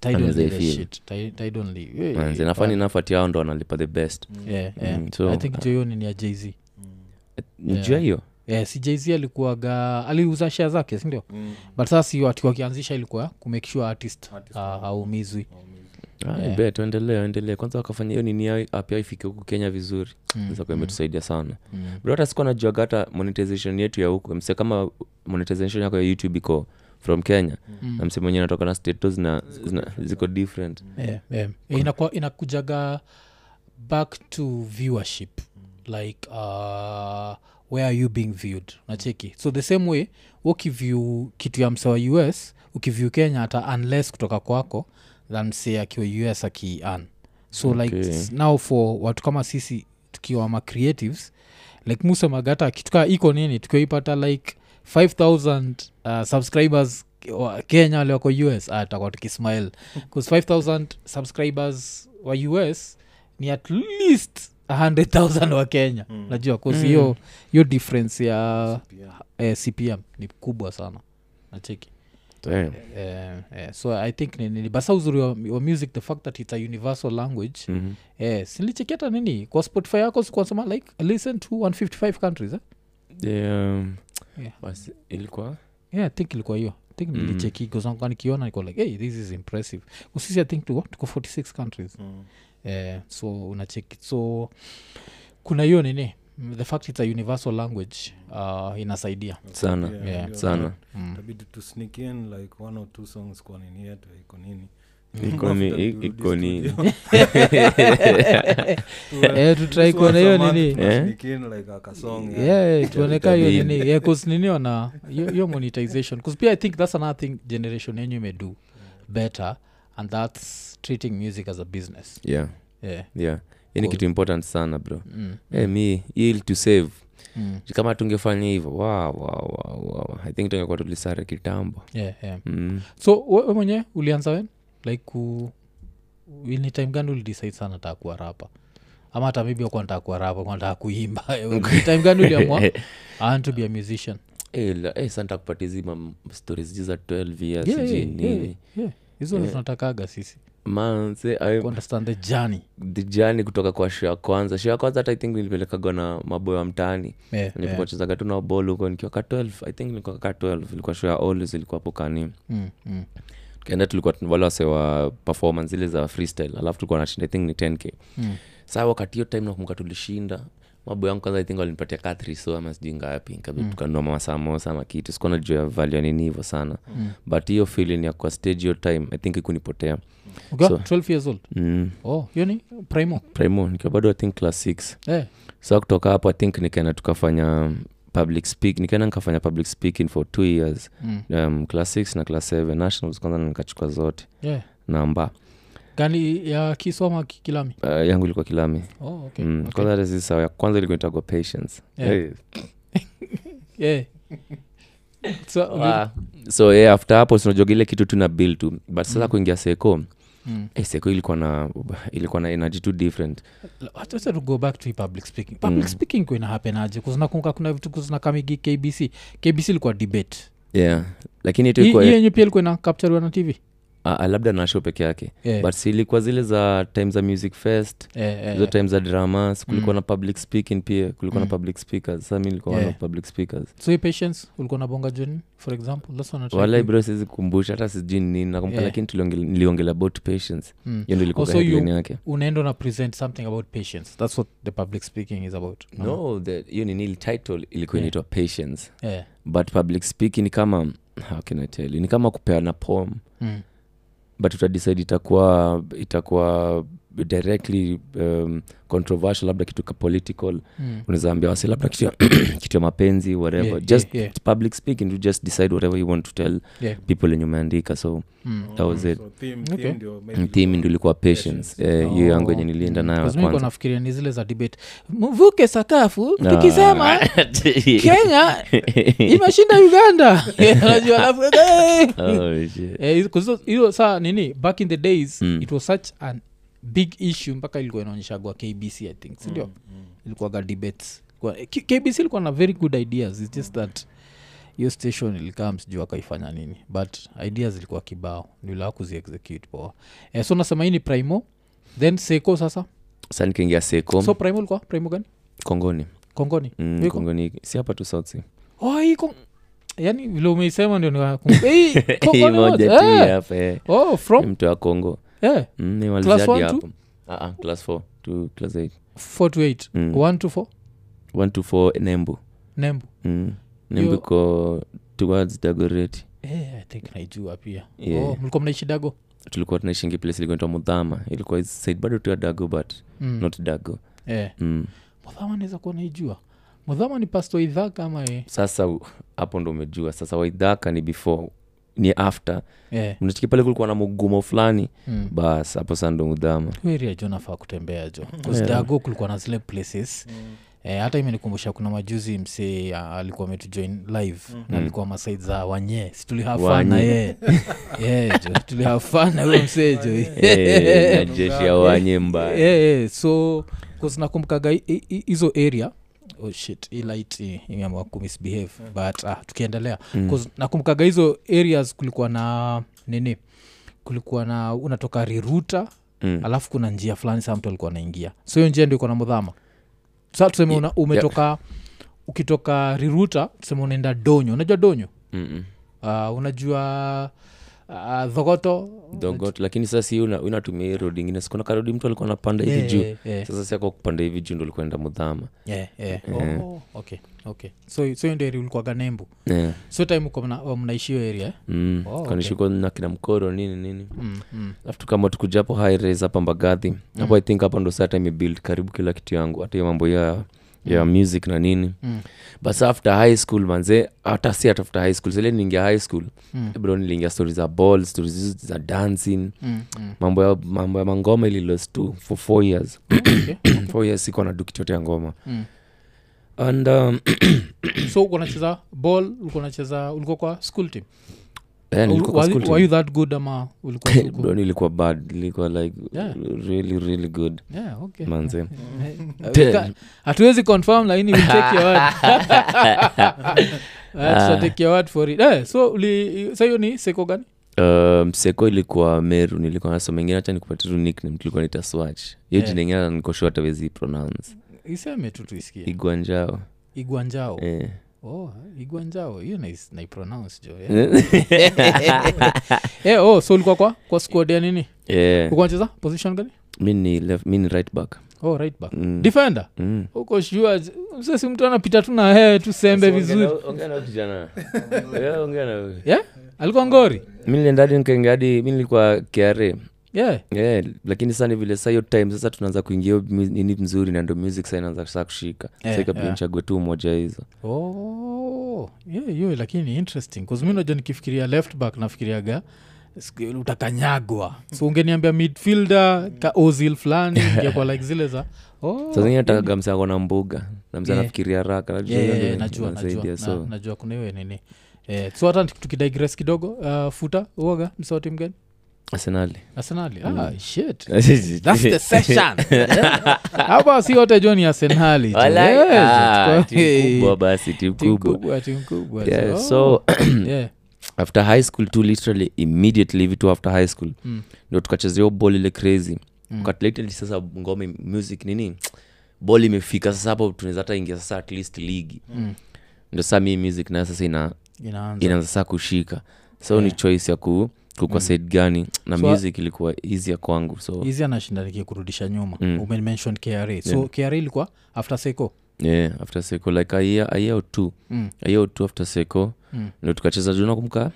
A: Tidal
C: Anaweza
A: ni the
C: ifeel.
A: shit. Ti- Tidal ni- eh,
C: Manze,
A: eh,
C: na funny enough ati hao ndo wanalipa the best
A: yeah, yeah.
C: Mm, so,
A: i think joyoni ni ya jz
B: Mm.
C: njia hiyo
A: yeah, si jz alikuwaga aliuza share zake sindio
B: Mm.
A: but sasa si ati wakianzisha ilikuwa kumake sure artist
B: Artist.
A: ha- hauumizwi
C: Ah,
A: Yeah.
C: bet endelee endelee kwanza wakafanya hiyo nini yao app yao ifike huku kenya vizuri
A: Mm,
C: sasa kwa
A: mm,
C: imetusaidia sana
A: mm.
C: bro hata sikuwa najuaga hata monetization yetu ya huku mse kama monetization yako ya youtube iko from kenya
A: Mm.
C: na mse mwenyewe anatoka na state tu zina, zina, ziko different
A: Yeah, yeah. Eh, inakuwa- inakujaga back to viewership like uh, where are you being viewed nacheki so the same way wakivyu kitu ya mse wa us ukivyu kenya hata unless kutoka kwako than mse akiwa us akian so okay. like
C: Okay.
A: s- now for watu kama sisi tukiwa ma creatives like musemagata kitukaa iko nini tukiwaipata like 5000 uh, subscribers wa kenya wale wako us ah, tutakuwa tukismile bcause 5000 subscribers wa us ni at least 100000 wa kenya mm.
B: Mm.
A: najua bcause
C: Mm.
A: hiyo hiyo difference ya eh, cpm ni kubwa sana nacheki
C: Damn.
A: eh, eh, so i think ni- ni- basa uzuri wa, wa music the fact that it's a universal language
C: Mhm.
A: eh, silichekiata nini kwa spotify yako sikuwasema like listen to 155 countries eh?
C: Damn.
A: Yeah.
C: um, Basi, ilikuwa
A: yeah, I think ilikuwa hiyo I think
C: Mm.
A: nilicheki kwa sababu nikiona niko like hey, this is impressive usisi i think tuko tuko 46 countries eh, so unacheki so kuna hiyo nini the fact it's a universal language uh, inasaidia
C: sana
B: Yeah,
A: yeah,
B: ndio.
C: sana
A: mm.
B: tabidi tu sneak in like one or two songs kwa nini yetu iko nini
A: Mm.
C: Iko
B: After turudi
C: ni- i- iko ni-
B: studio, tuwe-
A: Eh, tutrai
B: just once
A: kuona
B: a
A: hiyo
B: month
A: nini
B: tuna
C: Eh?
B: sneak in like a kasong, yeah.
A: yeah tuoneka hiyo
C: Itabidi.
A: nini yeah, 'cause nini wana hiyo hiyo monetization 'Cause pia i think that's another thing generation yenyu imedo better and that's treating music as a business
C: yeah
A: yeah
C: yeah hii ni
A: Cool.
C: kitu important sana bro
A: mm.
C: hey, mi hii to save
A: Mm.
C: kama tungefanya hivyo wa wa wa wa i think tungekuwa tulisare kitambo
A: Yeah, yeah.
C: mm.
A: so we we mwenyewe ulianza wen like ku ni time gani ulidecide sana nataka kuwa rapa ama hata maybe akuwa nataka kuwa rapa kuwa nataka kuimba Ni time gani uliamua "I want to be a musician
C: Eh, la- eh, sa nitakupatia hizi ma- stories hizi za 12 years
A: Yeah,
C: sijui
A: yeah, yeah,
C: nini
A: yeah. hizo ndo tunatakaga sisi
C: manse
A: ku understand the journey
C: dijani kutoka kwa show ya kwanza show ya kwanza hata i think nilipelekagwa na maboyo wa mtaani
A: yeah, yeah.
C: nilipochazaga tu na bol huko nikiwa ka 12 i think nilikuwa ka 12 ilikuwa show ya always ilikuwa hapo kani
A: Mm, mm.
C: tukaenda tulikuwa tun- wale wasewa performance zile za freestyle alafu tulikuwa nashinda i think ni 10k
A: Mm.
C: saa wakati hiyo time nakumbuka tulishinda mabo yangu kwanza i think walinipatia ka thriso ama sijui ngapi kabla tukanunua masamosa ama kitu sikuwa najua value ya nini hivyo sana
A: Mm.
C: but hiyo feeling ya kwa stage hiyo time i think ikunipotea
A: Ukiwa
C: So-
A: 12 years old
C: mm.
A: oh hiyo ni primo
C: primo nikiwa bado i think class 6
A: eh.
C: so kutoka hapo i think nikaenda tukafanya public speak nikaenda nikafanya public speaking for two years
A: mm.
C: um, class 6 na class 7 nationals kwanza na nikachukua zote
A: yeah.
C: namba
A: gani ya kisoma kilami
C: uh, yangu ilikuwa kilami
A: oh, okay.
C: Mm,
A: okay.
C: kwanza hata si sawa ya kwanza ilikuwa itagwa patience
A: Yeah.
C: Hey.
A: yeah. so,
C: Wow. so yeah, after hapo sinajoga ile kitu tuna build tu but sasa kuingia seko
A: Mm.
C: eh, seko ilikuwa na ilikuwa na energy tu different
A: Acha- acha to go back to hii public speaking public
C: Mm.
A: speaking kuina happen aje kuznakumbuka kuna vitu kuzina kamigi kbc kbc ilikuwa debate
C: yeah lakini
A: Hii- hii
C: tu ah,
A: yenye pia ilikuwa ina kapchariwa na tv
C: labda na show peke yake
A: yeah.
C: but si ilikuwa zile za time za music fest
A: yeah, yeah,
C: hizo
A: yeah.
C: time za dramas kulikuwa
A: Mm.
C: na public speaking pia kulikuwa
A: Mm.
C: na public speakers sasa mi nilikuwa yeah.
A: Yeah.
C: public speakers
A: so hii patience ulikuwa na bonga joni for example last one
C: wala bro siwezi kukumbusha hata sijui ni nini nakumbuka
A: Yeah.
C: lakini tuliongele- niliongelea about patience hiyo ndio ilikuwa
A: Also you-
C: headline yake
A: Mm. unaenda una present something about patience that's what the public speaking is about
C: no the- hiyo ni nini title ilikuwa
A: Yeah.
C: inaitwa patience
A: yeah.
C: but public speaking ni kama how can I tell you ni kama kupeana poem
A: mm.
C: but utadecide itakuwa itakuwa directly um, controversial labda kitu ka political mm. unaweza ambia wasi labda kitu ya, kitu ya mapenzi whatever
A: Yeah,
C: yeah, just
A: yeah, yeah.
C: public speaking you just decide whatever you want to tell
A: Yeah.
C: people wenye umeandika so
A: Mm.
C: that was it Mm,
B: So theme-
A: Okay.
B: theme ndio maybe
C: theme ndio ilikuwa patience eh, hiyo
A: Oh.
C: yangu yenye nilienda nayo ya kwanza
A: nafikiria ni zile za debate mvuke sakafu
C: Ah.
A: tukisema eh? kenya imeshinda uganda Unajua, alafu, eh.
C: Oh, shit.
A: Eh, hizo- 'cause hizo- hiyo saa nini back in the days
C: Mm.
A: it was such an big issue mpaka ilikuwa inaonyeshagwa kbc i think sindio mm. ilikuwaga debates Ilikuwa- K- kbc ilikuwa na very good ideas its just that hiyo station ilikaa msijuu akaifanya nini but ideas ilikuwa kibao nilaa kuziexecute poa eh, so nasema hii ni primo then seco sasa
C: Sasa nikaingia secom
A: so primo ilikuwa primo gani
C: kongoni
A: kongoni
C: mm,
A: Wiko?
C: kongoni si hapa tu south sea
A: oh, hii Kong- yaani vile umeisema ndio niwakumbuka. Hii,
C: Hii
A: Kongoni
C: moja
A: moja,
C: tu
A: eh.
C: hapa eh.
A: oh from
C: mtu wa kongo
A: eh,
C: Mm, ni walizadi
A: one tu?
C: hapo. Ah, ah, class 4 to class 8
A: 4 to 8
C: Mm.
A: 1 to 4
C: 1 to 4 nembu
A: nembo
C: mm. nembu
A: Yo-
C: iko towards dagoreti
A: Eh, i think naijua pia
C: Yeah.
A: oh, mlikuwa mnaishidago
C: tulikuwa tunaishingi place ilikuwa mudhama ilikuwa is- said bado tu ya dago but
A: Mm.
C: not dago
A: eh.
C: mm.
A: mudhama anaweza kuwa naijua mudhama ni pasto idhaka ama eh.
C: sasa u- hapo ndo umejua sasa waidhaka ni before ni after
A: eh.
C: mnachiki pale kulikuwa na mugumo fulani
A: Mm.
C: bas hapo saa ndo mudhama
A: weria jo nafaa kutembea jo
C: Mm.
A: kusdago kulikuwa na zile places Eh, hata imenikumbusha kuna majuzi msee ah, alikuwa ametujoin live na alikuwa masaid za wanye situlihafana
C: Mm. Wanye.
A: ye yeah, jo tulihafana huyo msee jo
C: Eh, na jeshi ya wanyemba
A: yeah, yeah. so bcause nakumbukaga hi- hi- hi- hizo area oh shit hii light eh, imeamua kumisbehave but ah, tukiendelea mm. nakumbukaga hizo areas kulikuwa na nini kulikuwa na unatoka riruta
C: Mm.
A: alafu kuna njia fulani saa mtu alikuwa anaingia so hiyo njia ndio iko na mudhama sa tuseme una, umetoka ukitoka riruta tuseme unaenda donyo unajua donyo
C: Mm-mm.
A: uh, unajua uh, dhogoto
C: dogot lakini sasa si una- unatumia hii road ingine sikuna karodi mtu alikuwa anapanda hivi
A: Yeah,
C: juu
A: yeah, yeah.
C: sasa siako kupanda hivi juu ndo ulikuwa enda mudhama
A: yeah, yeah. Oh, okay, okay. so so hiyo ndio area ulikuwaga nembu
C: yeah.
A: so time uko mna- wa- mnaishio area eh?
C: mm.
A: Oh, okay.
C: kanishikwa na kina mkoro nini nini
A: mm, mm.
C: alafu tukama tukuja hapo high rise hapa mbagadhi hapo i think hapo ndo saa time build karibu kila kitu yangu hata hiyo mambo ya ya music na nini
A: Mm.
C: but after high school manze hata si hata after high school sile niingia high school
A: Mm.
C: bro niliingia stori za ball stori za dancing
A: Mm, mm.
C: mambo ya mambo ya mangoma ililos tu for four years
A: Okay.
C: four years sikuwa na dukitote ya ngoma
A: Mm.
C: and um,
A: so uko nacheza ball ulikuwa nacheza ulikuwa kwa school team
C: yeah, nilikuwa kwa
A: Were-
C: school
A: were
C: team.
A: you that good ama ulikuwa
C: bro nilikuwa bad nilikuwa like
A: Yeah.
C: really really good
A: Yeah, okay.
C: manze
A: Eh, we ca- hatuwezi confirm lakini we'll take your word. Eh, tuta
C: Ah.
A: take your word for it Eh, so uli- sa hiyo ni seko gani
C: Um, seko ilikuwa meru nilikuwa nasoma ingine hata nikupatia tu nickname tulikuwa nita swatch hiyo
A: Eh.
C: jina ingine hata niko sure hatawezi pronounce
A: iseme tu tuisikie
C: igwanjao
A: igwanjao
C: eh.
A: oh, igwanjao hiyo nais- naipronounce jo yeah. Eh, oh, so ulikuwa kwa kwa squad ya nini
C: Eh,
A: ulikuwa unacheza position gani
C: mi ni left mi ni right back
A: oh, right back
C: Mm.
A: defender
C: Mm.
A: uko shua msesi mtu anapita tu na hee tusembe vizuri yeah? alikuwa ngori
C: mi nilienda hadi nikaingia hadi mi nilikuwa kra
A: yeah.
C: yeah, lakini sasa ni vile saa hiyo time sasa tunaanza kuingia hiyo mu- nini mzuri na ndo music sasa inaanza saa kushika
A: Eh,
C: sa ikabidi
A: yeah.
C: nichague tu moja hizo
A: oh. yeah, hiyo lakini interesting kazmi najua nikifikiria left back nafikiriaga siku- utakanyagwa so ungeniambia midfielder ka ozil fulani ingekuwa like zile za oh.
C: sasa zingine natakaga msako na mbuga na msa
A: Yeah.
C: anafikiria haraka najua
A: Yeah,
C: hiyo
A: yeah,
C: ndio
A: yeah, najua najua
C: inasaidia, so.
A: na, najua kuna hiyo nini eh, so hata tukidigres kidogo uh, futa uoga msawatim gani
C: arsenali
A: arsenali
C: Mm.
A: ah, shit
C: Eh.
A: That's the session. Yeah. hapa si wote jo ni arsenali jo. Yes,
C: Ah,
A: tuko-
C: timu kubwa
A: Hey,
C: basi timu
A: timu
C: kubwa
A: kubwa timu kubwa
C: Yeah,
A: Oh,
C: so
A: yeah.
C: after high school tu literally immediately hivi tu after high school
A: Mm.
C: ndo tukachezea hiyo ball ile crazy But lately sasa ngome music nini ball imefika sasa hapo tunaweza hata ingia sasa at least ligi ndo sasa mi music nayo sasa ina
A: Mm. inaanza
C: inaanza saa kushika so ni choice ya ku kukwa side gani na
A: Mm. So-
C: music ilikuwa easy ya kwangu so
A: hizi anashinda nikikurudisha nyuma
C: Mm.
A: umemention kra so kra ilikuwa after seco
C: yeah, after seko like a year, a year or two
A: Mm.
C: a year or two after seko
A: Mm.
C: ndo tukacheza juu nakumka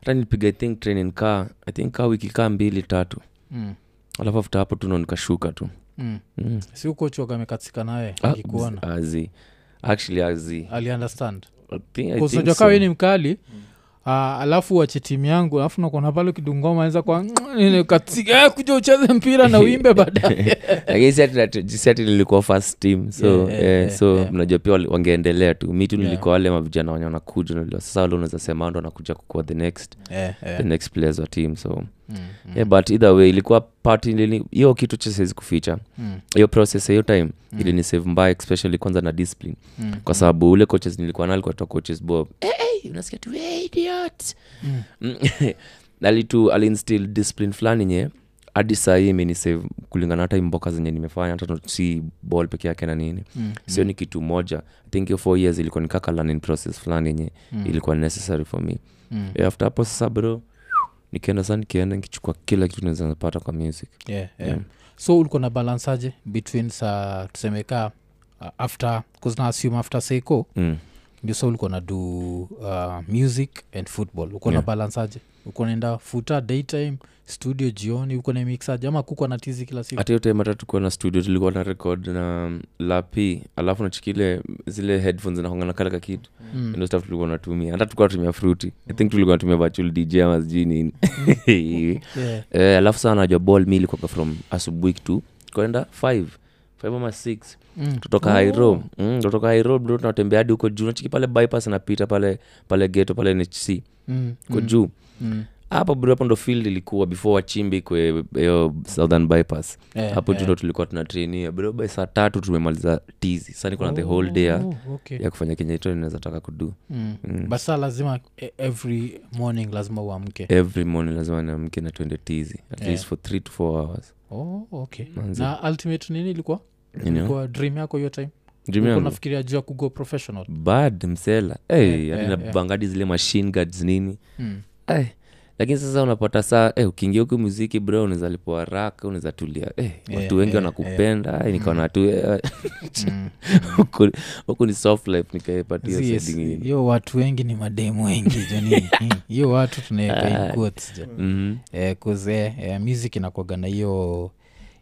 C: hata nilipiga i think training kaa i think kaa wiki kaa mbili tatu
A: mm.
C: alafu afta hapo tu ndo nikashuka tu
A: mm.
C: mm.
A: si huko choga amekatsika naye
C: Ah,
A: akikuona
C: azi actually azi
A: aliundestand
C: I think- I think
A: unajua
C: so.
A: kawa ni mkali Uh, alafu wache timu yangu alafu nakona pale kidungoma za kwa katika "Eh, kuja ucheze mpira na uimbe baadaye
C: Lakini si ati- ati- si ati nilikuwa first team so
A: Yeah, yeah,
C: eh,
A: yeah,
C: so
A: yeah.
C: mnajua pia wali- wangeendelea tu mi tu
A: Yeah.
C: nilikuwa wale mavijana wenye wanakuja unajua, sasa wale unaweza sema ndo wanakuja kukua the next
A: Eh, eh.
C: the next players wa team so
A: Mm, mm,
C: yeah, but either way ilikuwa part ilini- hiyo kitu cha siwezi kuficha
A: mm,
C: hiyo process ya hiyo time mm. ilinisave mbaya especially kwanza na discipline
A: mm. Eh,
C: kwa sababu ule coaches nilikuwa nao alikuwa toa coaches bob hey, hey, unasikia tu hey, idiot
A: Mm.
C: alitu alinstil discipline fulani nye hadi sahii imenisave kulingana hata mboka zenye nimefanya hata tu- si ball peke yake na nini
A: Mm,
C: sio ni kitu moja i think hiyo four years ilikuwa nikaka learning process fulani yenye
A: Mm.
C: ilikuwa necessary for me
A: mm.
C: Eh, after hapo sasa bro nikienda saa nikienda nikichukua kila kitu nizapata kwa music
A: yeah, yeah.
C: Yeah.
A: so ulikuwa na balance aje between sa tuseme ka uh, after bcause na assume after seiko
C: mm.
A: ndio sa ulikuwa na do uh, music and football ulikuwa
C: Yeah.
A: na balance aje ulikuwa naenda futa daytime studio jioni uko na mix aje ama kuko na tizi kila siku
C: hata hiyo time hata tukuwa na studio tulikuwa na record na um, lapi alafu nachikile zile headphones nakongana kale ka kitu
A: Mm.
C: ndo stuff tulikuwa natumia hata tulikuwa natumia fruity i think tulikuwa natumia virtual dj ama sijui
A: Mm.
C: nini
A: yeah.
C: Eh, alafu saa najua ball mi ilikuwaga from asubuhi tu kwenda 5 5 ama 6
A: mm.
C: tutoka hairo mm, tutoka hairo bro tunatembea hadi huko juu nachiki pale bypass napita pale pale geto pale nhc
A: Mm.
C: ko juu
A: Mm.
C: hapo bro hapo ndo field ilikuwa before wachimbi kwe hiyo southern bypass
A: Eh,
C: hapo
A: eh.
C: juu ndo tulikuwa tunatrenia bro by saa tatu tumemaliza tizi saa niko na the whole day ya-
A: Oh, okay.
C: ya kufanya kenye ito ninaweza taka kudu
A: Mm.
C: Mm.
A: but saa lazima e- every morning lazima uamke
C: every morning lazima niamke na tuende tizi at
A: Yeah.
C: least for three to four hours
A: oh, okay.
C: Manzi.
A: na ultimate nini ilikuwa
C: you know?
A: ilikuwa dream yako hiyo time
C: Dream
A: Ulikuwa
C: yangu?
A: unafikiria juu ya kugo professional
C: bad msela hey,
A: Yeah,
C: yani
A: yeah, yeah.
C: nabangadi zile machine guards nini
A: mm.
C: hey. lakini sasa unapata saa hey, ukiingia huku muziki bro unaweza lipo haraka unaweza tulia hey,
A: Yeah,
C: watu wengi
A: yeah,
C: wanakupenda yeah. hey, nikaona tu eh,
A: eh, Mm.
C: huku- huku ni soft life nikaipatia
A: Yes,
C: side ingine.
A: hiyo watu wengi ni mademu wengi jani hiyo watu tunaweka in quotes jo.
C: Mhm.
A: eh, 'cause, eh, eh, music inakwaga na hiyo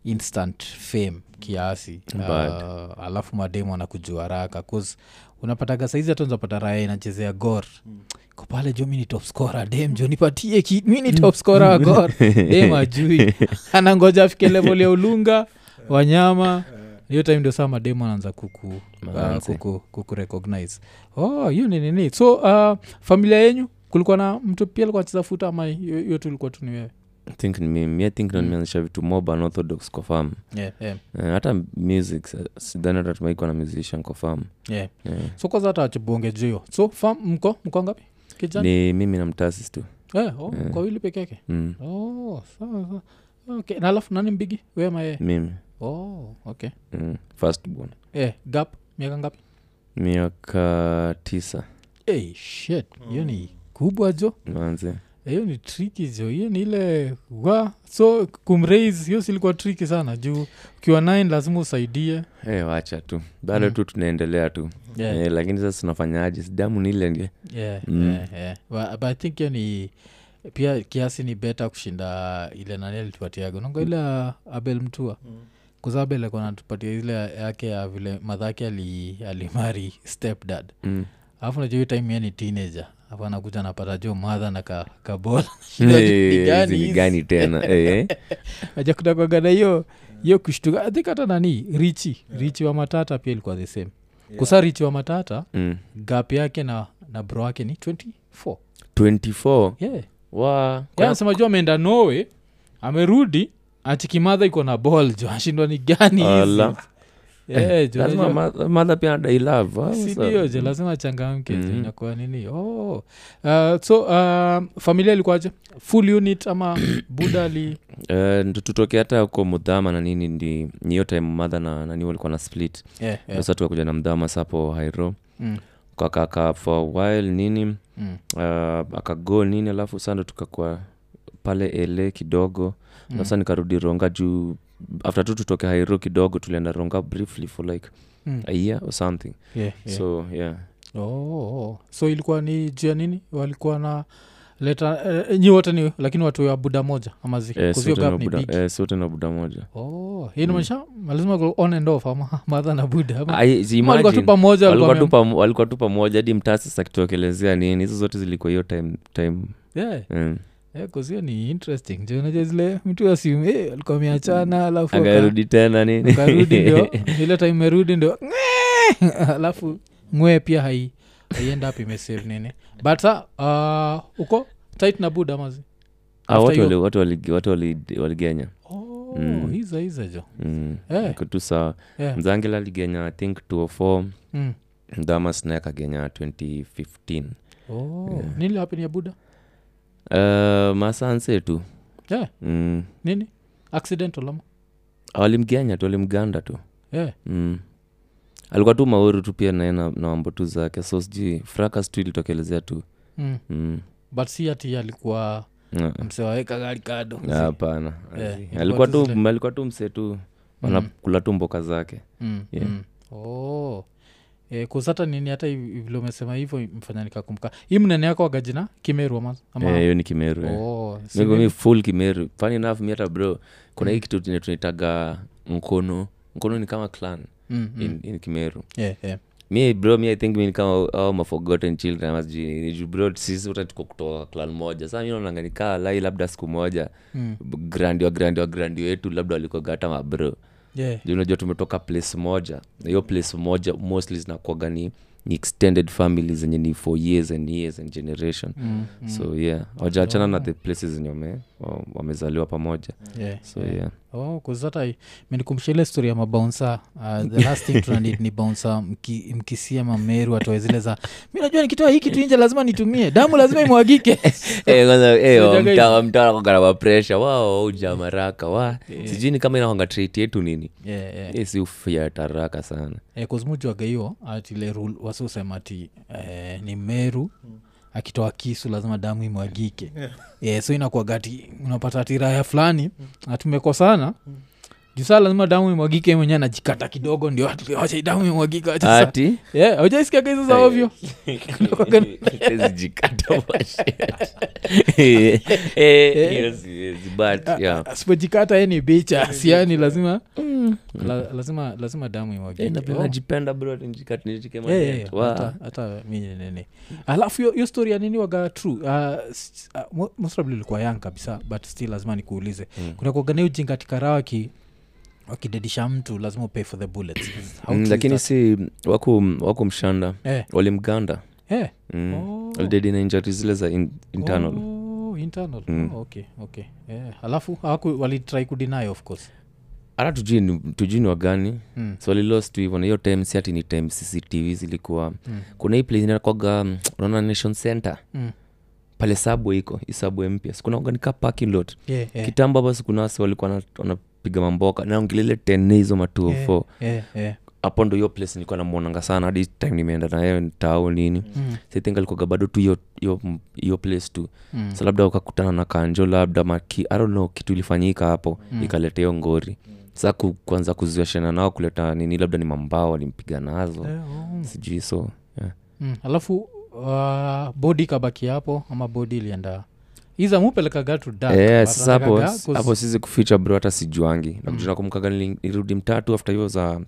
A: instant fame kiasi
C: Bad.
A: uh, alafu mademu anakujua haraka 'Cause unapataga saizi hata unapata raya inachezea gor ko pale jo mi ni top scorer dem jo nipatie ki mi ni top scorer wa gor dem ajui anangoja afike level ya ulunga wanyama hiyo time ndio saa mademu anaanza kuku uh,
C: Manze.
A: kuku, kuku recognize oh hiyo ni nini so uh, familia yenyu kulikuwa na mtu pia alikuwa anacheza futa ama hiyo hiyo tu ilikuwa tu ni wewe
C: I think ni mimi Mi I think ndo nimeanzisha vitu moba na orthodox kwa farm
A: yeah, yeah,
C: Eh, hata music sa- sidhani hata tumaikwa na musician kwa farm
A: yeah.
C: Eh,
A: so kwanza hata achibonge juu hiyo so fam mko mko ngapi kijani
C: ni mimi na mtasis tu
A: eh, oh, kwa wili peke yake
C: mm.
A: oh, sawa, sawa. okay na alafu nani mbigi wema yeye
C: mimi
A: oh, okay
C: mm. firstborn
A: eh, gap miaka ngapi
C: miaka tisa
A: hey, Eh, shit hiyo ni Mm. kubwa jo
C: manze
A: hiyo ni triki jo hiyo ni ile wa so kumrais hiyo silikuwa triki sana juu ukiwa nine lazima usaidie
C: Eh, wacha tu bado
A: Mm.
C: tu tunaendelea tu
A: yeah,
C: Eh, lakini sasa tunafanyaje sidamu nile
A: yeah,
C: Mm.
A: yeah, yeah. Wa- but i think hiyo ni pia kiasi ni beta kushinda ile nani alituatiaga nanga ile ya abel mtua
B: Mm.
A: kuza abel alikuwa anatupatia ile yake ya vile madhake ali alimari stepdad
C: mm.
A: alafu najua hiyo time yeye ni teenager afu anakuja anapata jo madha na ka- kabola
C: Eh, hizi ni gani tena Eh, eh.
A: ajakutakwagana hiyo hiyo kushtuka I think hata nani richi richi wa matata pia ilikuwa the same kusa richi wa matata
C: Mm.
A: gap yake na na bro yake ni 24
C: 24
A: yeah.
C: wa
A: yeah, anasema juu ameenda norway amerudi achikimadha iko na ball jo ashindwa ni gani hizi
C: Ala.
A: Yeah, jo,
C: lazima
A: unajua-
C: ma- madha pia Ah, adailav
A: sindio je lazima changamke mm
C: Mhm.
A: inakuwa nini oh. uh, so uh, familia ilikuwaje full unit ama buda ali
C: Eh, ndo tutoke hata huko mudhama na nini ndi ni hiyo time madha na nani walikuwa na split
A: yeah,
C: yeah. sasa tukakuja na mdhama sapo hairo
A: Mm,
C: kakaka for a while nini
A: mm,
C: uh, akago nini alafu saa ndo tukakuwa pale ele kidogo mm.
A: mm,
C: nasa nikarudi ronga juu after tu tutoke hairo kidogo tulienda ronga briefly for like
A: mm.
C: a year or something
A: Yeah, yeah.
C: so yeah
A: Oh, oh, oh. so ilikuwa ni juu ya nini walikuwa na leta uh, nyi wote ni lakini watu wa buda moja amazi
C: Eh, si
A: kuzio
C: wote ni
A: gap ni
C: wabuda-
A: big
C: eh, si wote ni wabuda moja
A: oh hii inamaanisha lazima go on and off ama madha na buda ama-
C: Hmm. Ah, i- si
A: ama walikuwa tu
C: imagine,
A: pamoja walikuwa
C: walikuwa tu
A: wameam-
C: pamo- walikuwa tu pamoja hadi mtaa sasa akitokelezea nini hizo zote zilikuwa hiyo time time
A: Yeah,
C: mm.
A: yeah, 'cause hiyo ni interesting Ndio unajua zile mtu asium eh, alikuwa
C: Hmm.
A: ameachana alafu aka-
C: akarudi tena nini
A: akarudi ndio ile time merudi ndio "Ng'ee!" alafu ngwee pia hai haienda up imesave nini but sa uh, uko tight na buda mazi
C: Ah,
A: After
C: watu
A: hiyo-
C: wali- watu wali- watu wali- waligenya
A: oh,
C: Mm.
A: hiza hiza jo
C: mm.
A: Eh.
C: Iko tu sawa
A: yeah.
C: mzangela aligenya i think 204
A: mm.
C: damas naye akagenya 2015
A: oh. nini happen ya buda
C: uh, masanse tu
A: yeah.
C: mm.
A: nini accidental ama
C: walimgenya tu walimganda tu
A: yeah.
C: mm. alikuwa tu maoru tu pia naye na na mambo tu zake so sijui fracas tu ilitokelezea tu
A: mm.
C: Mm.
A: but si ati alikuwa
C: Ah.
A: msewaweka gari kado
C: Ah, hapana
A: Eh,
C: Azi.
A: ilikuwa
C: alikuwa
A: tu
C: tu
A: zile-
C: alikuwa tu msee tu anakula tu mboka zake
A: mm.
C: Yeah.
A: mm. oh. Eh, kusata nini hata hivi- vile umesema hivyo mfanya nikakumbuka hii mnene yako wagajina kimeru ama, ama
C: Eh, hiyo ni kimeru eh.
A: Oh, si
C: Mimi-
A: mimi-
C: mi full kimeru funny enough mi hata bro kuna hii kitu tuna- tunaitaga mkono mkono ni kama clan
A: mm, mm.
C: in, in kimeru
A: Yeah, yeah.
C: mi bro mi i think mi ni kama au maforgotten children ama sijui nini. Juu bro sisi wote tuko kutoka clan moja saa mi naonanga nikaa lai labda siku moja
A: Mm.
C: grandi wa grandi wa grandi wetu labda walikuwaga hata mabro
A: Yeah.
C: Juu unajua tumetoka place moja na hiyo place moja mostly zinakuaga ni ni extended family zenye ni for years and years and generation
A: Mm, mm.
C: so yeah wajaachana na the places zenye wame- wa- wamezaliwa pamoja
A: Yeah.
C: so yeah
A: Oh, 'cause hata i- imenikumbusha ile story ya mabounsa uh, the last thing tunanid ni bounsa mki, mkisia mameru atoe zile za mi najua nikitoa hii kitu nje lazima nitumie damu lazima imwagike
C: Eh, kwanza, eh,
A: So,
C: wa
A: jaga
C: mtaa- wa mtaa wanakuanga na mapresha wao ujamaraka wa sijini kama inawanga trait yetu nini
A: yeah, yeah.
C: Eh, si ufia taraka sana
A: eh, kuzmujuaga hiyo atile rule wasiusema ati eh, ni meru akitoa kisu lazima damu imwagike yeah. so inakuaga ati unapata ati raya fulani atumekosana juu saa lazima damu imwagike yeye mwenyewe anajikata kidogo ndio ati, wacha damu imwagike wacha saa-
C: ati
A: Yeah, haujaisikiaga hizo za
C: Aye.
A: ovyo
C: zijikata Eh,
A: Eh. Ah,
C: mashizibat
A: asipojikata ye ni bicha siani lazima la, lazima lazima damu
C: Eh,
A: imwagike. Oh.
C: najipenda brojikatnijikema
A: Yeah, yeah, yeah.
C: Mm,
A: Hata- hata mi ni nini alafu hiyo- hiyo story ya nini waga true uh, s- uh, mo- most probably ilikuwa young kabisa but still lazima nikuulize mm. kuna kuaganai ujinga tikara waki wakidedisha mtu lazima upay for the bullets How true is
C: Mm, lakini
A: that?
C: si waku wakumshanda
A: eh,
C: walimganda
A: eh.
C: mm.
A: Oh.
C: alidedi na injari zile za in, internal
A: Oh, internal
C: Mm.
A: oh, okay okay yeah. alafu hawaku- walitry kudeny of course
C: hata tujui ni- tujui ni wagani
A: Mm.
C: swali lost hivyo na hiyo time si ati ni time cctv zilikuwa kuna hii place inakwaga mm, unaona nation center
A: Mm.
C: pale sabwe iko isabwe mpya sikunaoganika parking lot
A: Yeah, yeah.
C: kitambo hapa sikunasi walikuwa wana- wanapiga mamboka naongelele tene hizo matuo
A: Yeah,
C: fo
A: yeah, yeah.
C: hapo ndo hiyo place nilikuwa namwonanga sana hadi time nimeenda nayo tao nini
A: Mm.
C: sithink alikuaga bado tu hiyo- hiyo hiyo place tu
A: Mm.
C: sa labda ukakutana na kanjo labda maki I don't know kitu ilifanyika hapo
A: Mm.
C: ikaleta hiyo ngori sa ku, kuanza kuziwashana nao kuleta nini labda ni mambao walimpiga nazo
A: Eh, oh.
C: sijui so yeah.
A: mm. alafu uh, bodi kabaki hapo ama bodi ilienda iza mupelekaga to dark,
C: Eh,
A: but
C: sasa hapo
A: anatakaga kus-
C: hapo sizi kuficha bro hata sijuangi
A: Mm.
C: nakutunakumkaga nirudi mtatu after hiyo za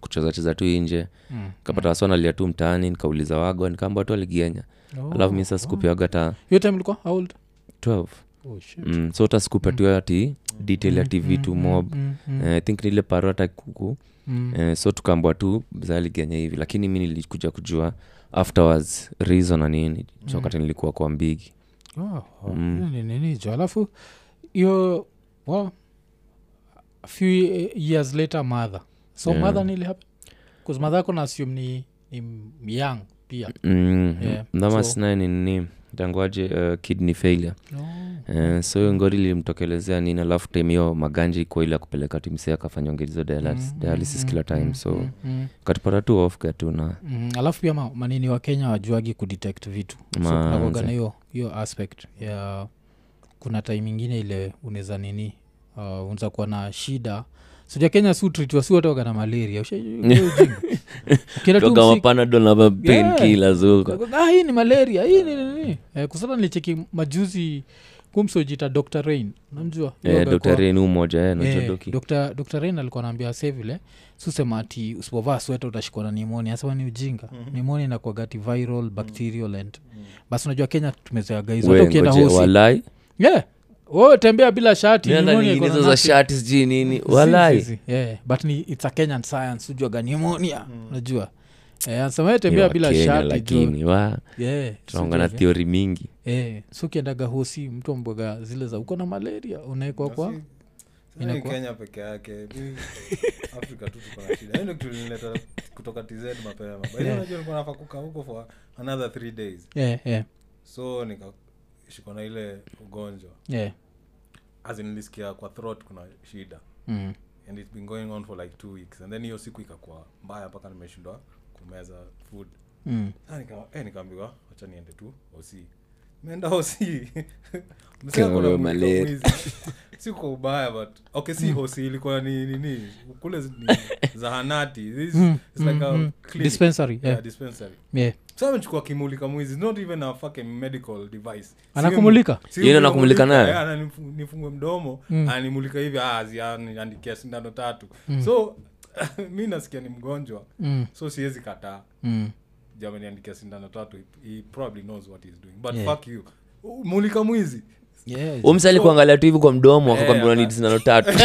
C: kucheza cheza tu nje
A: Mm.
C: kapata wasi wanalia tu mtaani nikauliza wagwa nikaamba watu waligenya
A: Oh,
C: alafu mi saa sikupewaga hata
A: hiyo Oh. time ilikuwa how old
C: 12
A: oh, shit. Hmm,
C: mm, so hata sikupatiwa ati detail ya tv tu mob
A: Mm, mm,
C: Eh, i think nile paro hata kuku
A: mm.
C: eh, so tukaambwa tu zaligenya hivi lakini mi nilikuja kujua afterwards reason na nini
A: Mm.
C: so wakati nilikuwa kwa mbigi
A: Oh, oh,
C: Mm.
A: nini- nini hicho? alafu hiyo well, a few eh, years later mother so
C: Yeah.
A: mother nili hapa bcause mother ako na assume ni, ni young pia
C: mm,
A: Yeah,
C: mama
A: so-
C: sinaye ni nini tanguaje uh, kidney failure Eh, so hiyo ngori lilimtokelezea nini alafu time hiyo maganji kwa ile ya kupeleka timsea akafanya ongezo dialysis,
A: Mm,
C: dialysis
A: mm,
C: kila time
A: mm,
C: so
A: mm, mm.
C: katupata tu off katuna
A: mm, alafu pia ma- manini wa kenya wajuagi kudetect vitu so
C: Manze.
A: kunakuwaga na hiyo hiyo aspect ya kuna time ingine ile unaweza nini uh, unaweza kuwa na shida soja kenya si utritiwa si watoka na malaria Usha- ujinga. Ukienda tu
C: toka
A: msik-
C: mapanadol nava penkila zuko
A: ah, hii ni malaria hii ni nini eh, kwa sasa nilicheki majuzi kumsojita dr rain namjua
C: Eh, doktarenu moja eh, anaitwa Doki.
A: dr rain alikuwa naambia sevile susema ati usipovaa sweta utashikwa na nimoni asema ni ujinga
C: Mhm.
A: mm-hmm. nimoni inakuagati
C: Mm.
A: viral bacterial and basi unajua kenya tumezeaga hizo hata
C: We,
A: ukienda
C: ngoje,
A: hosi
C: walai
A: yeah. oh, tembea bila shati
C: Nenda
A: pneumonia iko na
C: nyinginezo za
A: nasi.
C: shati sijui nini
A: Si, si,
C: walai
A: si. Yeah, but ni, it's a kenyan science ujuaga nimonia
C: Mm.
A: unajua eh, anasema yeye
C: Ni
A: tembea
C: wa
A: bila
C: Kenya,
A: shati juu
C: lakini wa
A: yeah,
C: tunaongana
A: sijui.
C: thiori mingi
A: Eh, so ukiendaga hosi mtu ambwaga zile za uko na malaria unaekwa kwa Inakuwa-
B: kenya peke yake Mi- afrika tu tuko na shida Hiyo ndio kitu ilinileta kutoka tz mapema By the way,
A: Yeah.
B: unajua nilikuwa nafaa kukaa huko for another three days
A: Eh, eh,
B: so nikashikwa na ile ugonjwa
A: eh,
B: As in nilisikia kwa throat kuna shida
A: mm,
B: and it's been going on for like two weeks and then hiyo siku ikakuwa mbaya mpaka nimeshindwa kumeza food
A: mm.
B: Ah, nika- eh, nikaambiwa wacha niende tu osi meenda osi Msee ako na
C: Kama
B: mwizi-
C: malaria.
B: mwizi. si kwa ubaya but okay si osi ilikuwa ni nini kule zi- ni zahanati This
A: Mm,
B: is like a
A: mm, mm.
B: clinic.
A: dispensary
B: Yeah,
A: eh,
B: dispensary
A: yeah.
B: Sasa amechukua kimulika mwizi it's not even a fucking medical device Si
A: anakumulika
B: si
C: Yeye ndo anakumulika naye?
B: Eh, ananifu- nifungue mdomo
A: Mm.
B: ananimulika hivi ah, zi- ananiandikia sindano tatu so mi nasikia ni mgonjwa
A: mm,
B: so siwezi kataa
A: mm.
B: jamaniandikia sindano tatu he- he probably knows what he's doing but
A: Yeah.
B: yeah. fuck you U- mulika mwizi
A: Yes.
B: Oh.
C: umsali kuangalia tu hivi kwa mdomo
B: Eh,
C: akakwambia
B: hapana.
C: ni sindano tatu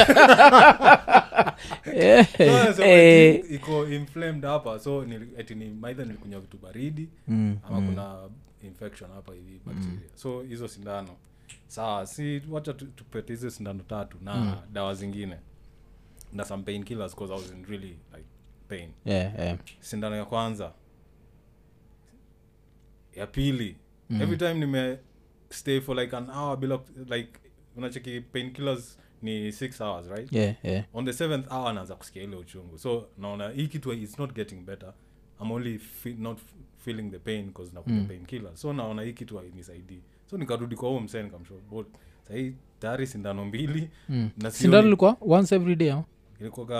A: Eh,
B: So, anasema
C: eh.
B: eti iko inflamed hapa so nili- eti ni maidha nilikunywa vitu baridi
A: mm,
B: ama kuna infection hapa hivi bacteria so hizo sindano sawa si wacha tu- tupete hizo sindano tatu na
A: Mm.
B: dawa zingine na some pain killers cause i was in really like pain
A: eh, eh.
B: sindano ya kwanza ya pili mm. every time nime stay for like an hour bila like unacheki painkillers ni six hours right
A: Yeah, yeah.
B: on the seventh hour naanza kusikia ile uchungu so naona hii kitu its not getting better i'm only fe- not f- feeling the pain bcause nakuta mm. painkiller so naona hii kitu hainisaidii so nikarudi kwa huo msee nikamsho sahii tayari sindano mbili
A: Mm.
B: na
A: sindano
B: sioni-
A: ilikuwa once every day ama?
B: ilikuwaga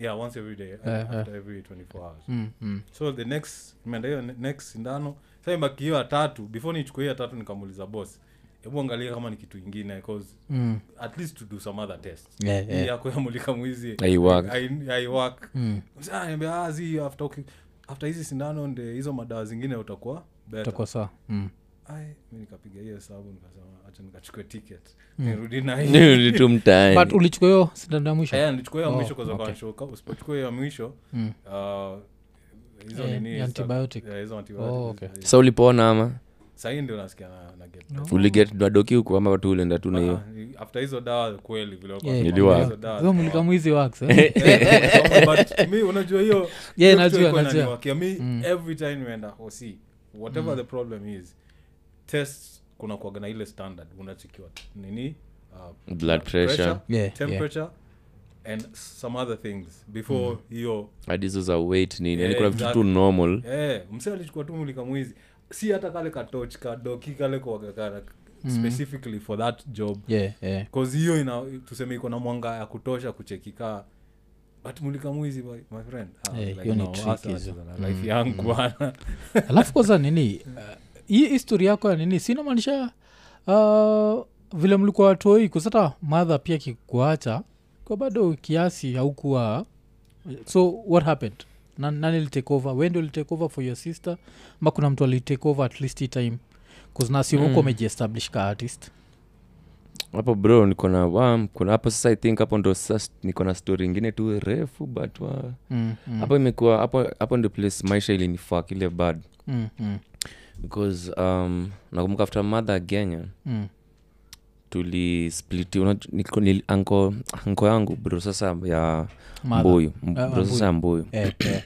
B: yeah once every day
A: Eh,
B: after every 24 hours
A: mm, mm.
B: so the next imeenda hiyo ne- next sindano sa imebaki hiyo ya tatu before nichukue hiyo ya tatu nikamuuliza boss hebu angalia kama ni kitu ingine cause
A: Mm.
B: at least to do some other test
A: Yeah,
B: Hii
A: yeah.
B: yako ya mulika mwizi
C: Haiwork.
B: hai- haiwork.
A: Mm.
B: Mzee ananiambia, "Ah, zi, after uki- after hizi sindano ndi hizo madawa zingine utakuwa better."
A: utakuwa sawa Mm.
B: Ai, mi nikapiga hiyo hesabu nikasema acha nikachukue ticket
A: Hmm.
B: nirudi na hii
C: Ni tu
A: but
C: mtaani
A: ulichukua hiyo sindano ya mwisho
B: Eh, nilichukua hiyo ya
A: Oh,
B: mwisho kwa sababu
A: okay.
B: wanashow, kama usipochukua hiyo ya mwisho
A: Mm.
B: uh, hizo
A: Eh,
B: nini
A: ya
B: sta-
A: antibiotic.
B: eh, hizo
A: Oh,
B: antibiotic
A: okay.
B: hizo-
C: sa ulipona ama
B: sahii ndio nasikia na, na get
A: No.
C: uliget dadoki huku ama tu ulienda tu na hiyo
B: Ah, after hizo dawa kweli vile wako-
A: Yeah.
B: hizo
C: Niliwa.
B: dawa-
A: Hizo mulika mwizi works, eh?
B: Eh, but mi unajua hiyo
A: Yeah,
B: hiyo
A: najua,
B: kitu ilikuwa
A: najua. Mm.
B: inaniwakia. mi every time nimeenda hosi whatever the problem is test kuna kuaga na ile standard unachikiwa nini uh,
C: blood pressure
A: Yeah, yeah.
B: temperature and some other things
A: Mm.
B: before hiyo
C: hadi hizo za weight nini yani
B: Yeah,
C: kuna vitu tu
B: exactly.
C: normal
B: Eh, msee alichukua tu mulika mwizi si hata kale katoch kadoki kale kuaga kana
A: Mm.
B: specifically for that job
A: Yeah, yeah.
B: cause hiyo ina tuseme iko na mwanga ya kutosha kuchekika but mulika mwizi my, my friend I was
A: Eh,
B: like,
A: hiyo ni
B: no,
A: trick
B: hasa
A: hizo. Mm,
B: nacheza na life yangu bwana
A: alafu kwanza nini uh, hii histori yako ya nini sinamaanisha uh, vile mlikuwa watoi kusata madha pia kikuacha kwa bado kiasi haukuwa so what happened Na- nani litake over wende ulitake over for your sister ma kuna mtu alitake over at least hii time kuzinasimuko mm. umejiestablish ka artist
C: hapo bro niko na wam kuna hapo sasa i think hapo ndo sasa niko na story ingine tu refu but wa-
A: mm, mm,
C: hapo imekuwa hapo hapo ndio place maisha ilinifak ile bad
A: mm, mm,
C: because um, nakumbuka after mother kenya
A: mm,
C: tulispliti anko anko yangu bro sasa ya
A: Mother.
C: mbuyu
A: Ah,
C: bro sasa ya mbuyu
A: eh, eh,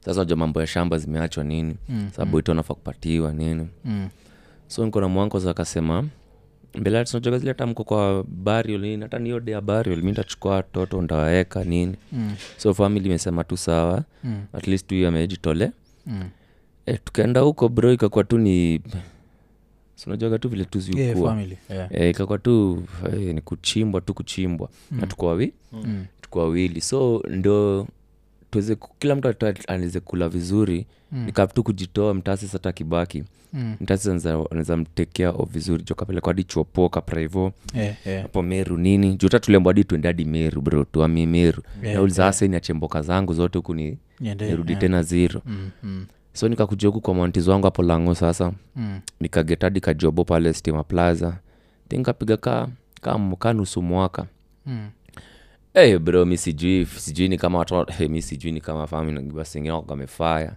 C: sasa najua mambo ya shamba zimeachwa nini
A: Mm,
C: sabuito nafaa kupatiwa nini
A: mm,
C: so niko na mwankoza akasema mbele tunajaga zile tamko kwa burial nini hata niyo de ya burial mi ntachukua watoto ndawaeka nini
A: mm,
C: so family imesema tu sawa
A: Mm.
C: at least huyu amejitole
A: mm,
C: e, tukaenda huko bro ikakuwa tu ni sinajuaga tu vile tu
A: yeah,
C: ziukua
A: family yeah.
C: Eh, ikakuwa tu eh, ni kuchimbwa tu kuchimbwa mm. na tuko wawi
A: Mm.
C: tuko wawili so ndo tuweze ku- kila mtu ata- aweze kula vizuri mm. nikap tu kujitoa mtasi sata akibaki
A: Mm.
C: mtasi anaweza mtekea o vizuri jokapelekwa hadi chuopo kapraivo
A: Yeah, yeah.
C: hapo meru nini juta tuliambo hadi tuende hadi meru bro tuami meru
A: Yeah,
C: yeah, nauliza yeah. aseni achemboka zangu zote huku ni
A: Niende,
C: nirudi
A: yeah.
C: tena zero
A: Mm, mm,
C: so nikakuja huku kwa mantizo wangu hapo lango sasa
A: mm.
C: nikagetadi kajobo pale stima plaza Then nikapiga ka kamka nusu mwaka
A: Mm.
C: hey bro mi sijui sijui ni kama watoto hey, mi sijui ni kama fami nabasingine wakamefaya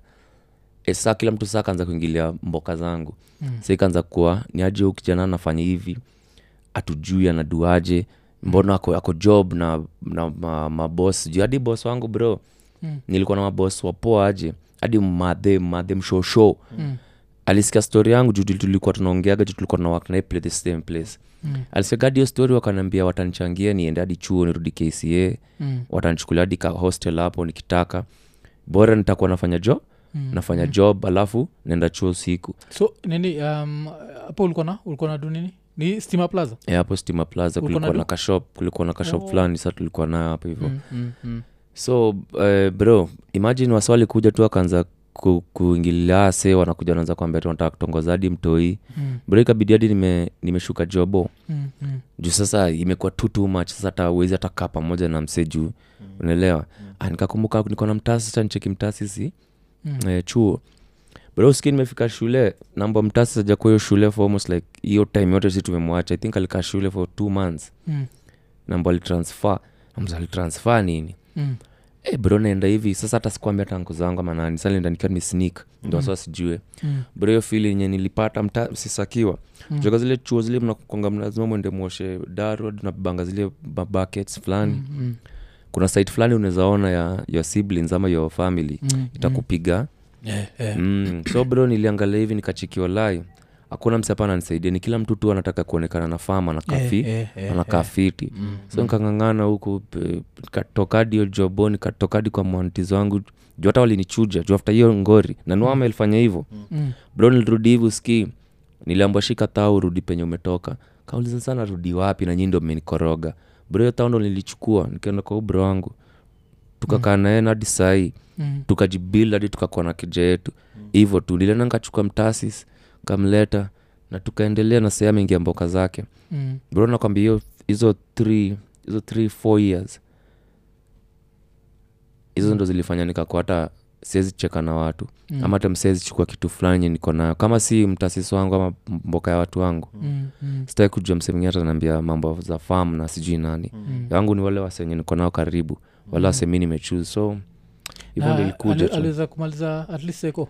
C: e saa kila mtu saa kaanza kuingilia mboka zangu mm. sa ikaanza kuwa ni aje huu kijana anafanya hivi atujui anaduaje mbona ako, ako job na, na ma, mabos sijui hadi bos wangu bro mm. nilikuwa na mabos wapoa aje hadi madhe madhe mshosho mm alisikia stori yangu juu tulikuwa tunaongeaga juu tulikuwa tunawak naye play the same place mm. alisikia hiyo story wakaniambia watanichangia niende hadi chuo nirudi kca mm. watanichukulia hadi ka hostel hapo nikitaka bora nitakuwa nafanya job mm. nafanya mm. job alafu naenda chuo usiku
A: so nini um, hapo ulikuwa na ulikuwa na du nini ni stima plaza
C: Eh, hapo stima plaza
A: Ulikuwa na
C: kulikuwa na
A: du-
C: kashop kulikuwa na kashop fulani sa tulikuwa nayo hapo hivo
A: mm, mm, mm.
C: so uh, bro imagine waswali kuja tu akaanza ku, kuingilia "Ah, se wanakuja wanaanza kuambia tunataka kutongoza hadi mtoi
A: Mm.
C: bro ikabidi hadi nime, nimeshuka jobo
A: Mm, mm.
C: juu sasa imekuwa tu too much sasa hata uwezi hata kaa pamoja na msee juu unaelewa Ah, nikakumbuka niko na mtasi sasa nicheki mtasi si
A: Mm.
C: eh, chuo bro uski nimefika shule nambo mtasi sajakuwa hiyo shule for almost like hiyo time yote si tumemwacha i think alikaa shule for two months
A: Mm.
C: nambo alitransfer nambo alitransfer nini
A: Mm.
C: Eh, bro naenda hivi sasa hata sikuambia tangu zangu ama nani sasa nenda nikiwa nimesneak ndo mm. sijue
A: Mm.
C: bro hiyo fili yenye nilipata mta sisakiwa
A: Mm.
C: mm. joka zile chuo zile mnakonga lazima mwende mwoshe daro nabanga zile mabuckets fulani mm.
A: Mm.
C: kuna site fulani unaweza ona ya your siblings ama your family mm.
A: Mm.
C: itakupiga
A: Yeah, yeah.
C: mm. so bro niliangalia hivi nikachikiwa lai hakuna msi hapa ananisaidia ni kila mtu tu anataka kuonekana na fama na kafi
A: Yeah, yeah, yeah,
C: anakaa fiti so nikang'ang'ana huku pe- nikatokadi hiyo jobo nikatokadi kwa mwantizo wangu juu hata walinichuja juu afta hiyo ngori na nuama ilifanya hivyo
A: Mm.
C: bro nilirudi hivi ski niliambwa shika tao urudi penye umetoka kauliza sana rudi wapi na nyii ndo mmenikoroga bro hiyo tao ndo nilichukua nikaenda kwa ubro wangu tukakaa naye na hadi sahii
A: Mm.
C: tukajibil hadi tukakuwa na kija yetu hivyo tu nilienda nikachukua mtasis kamleta na tukaendelea na sehemu ingia mboka zake
A: Mm.
C: bro nakwambia hiyo hizo three hizo three four years hizo ndo zilifanya nikakuwa hata siwezi cheka na watu
A: Hmm.
C: mm. ama hata msiwezi chukua kitu fulani yenye niko nayo kama si mtasisi wangu ama mboka ya watu wangu
A: Mm. Mm.
C: sitaki kujua msee mwingine hata naambia mambo za fam na sijui nani
A: Mm.
C: yangu ni wale wasenye niko nao karibu wale wase mi nimechuse so hivyo
A: Na
C: ndo ilikuja
A: ali-
C: tu
A: aliweza kumaliza at least seko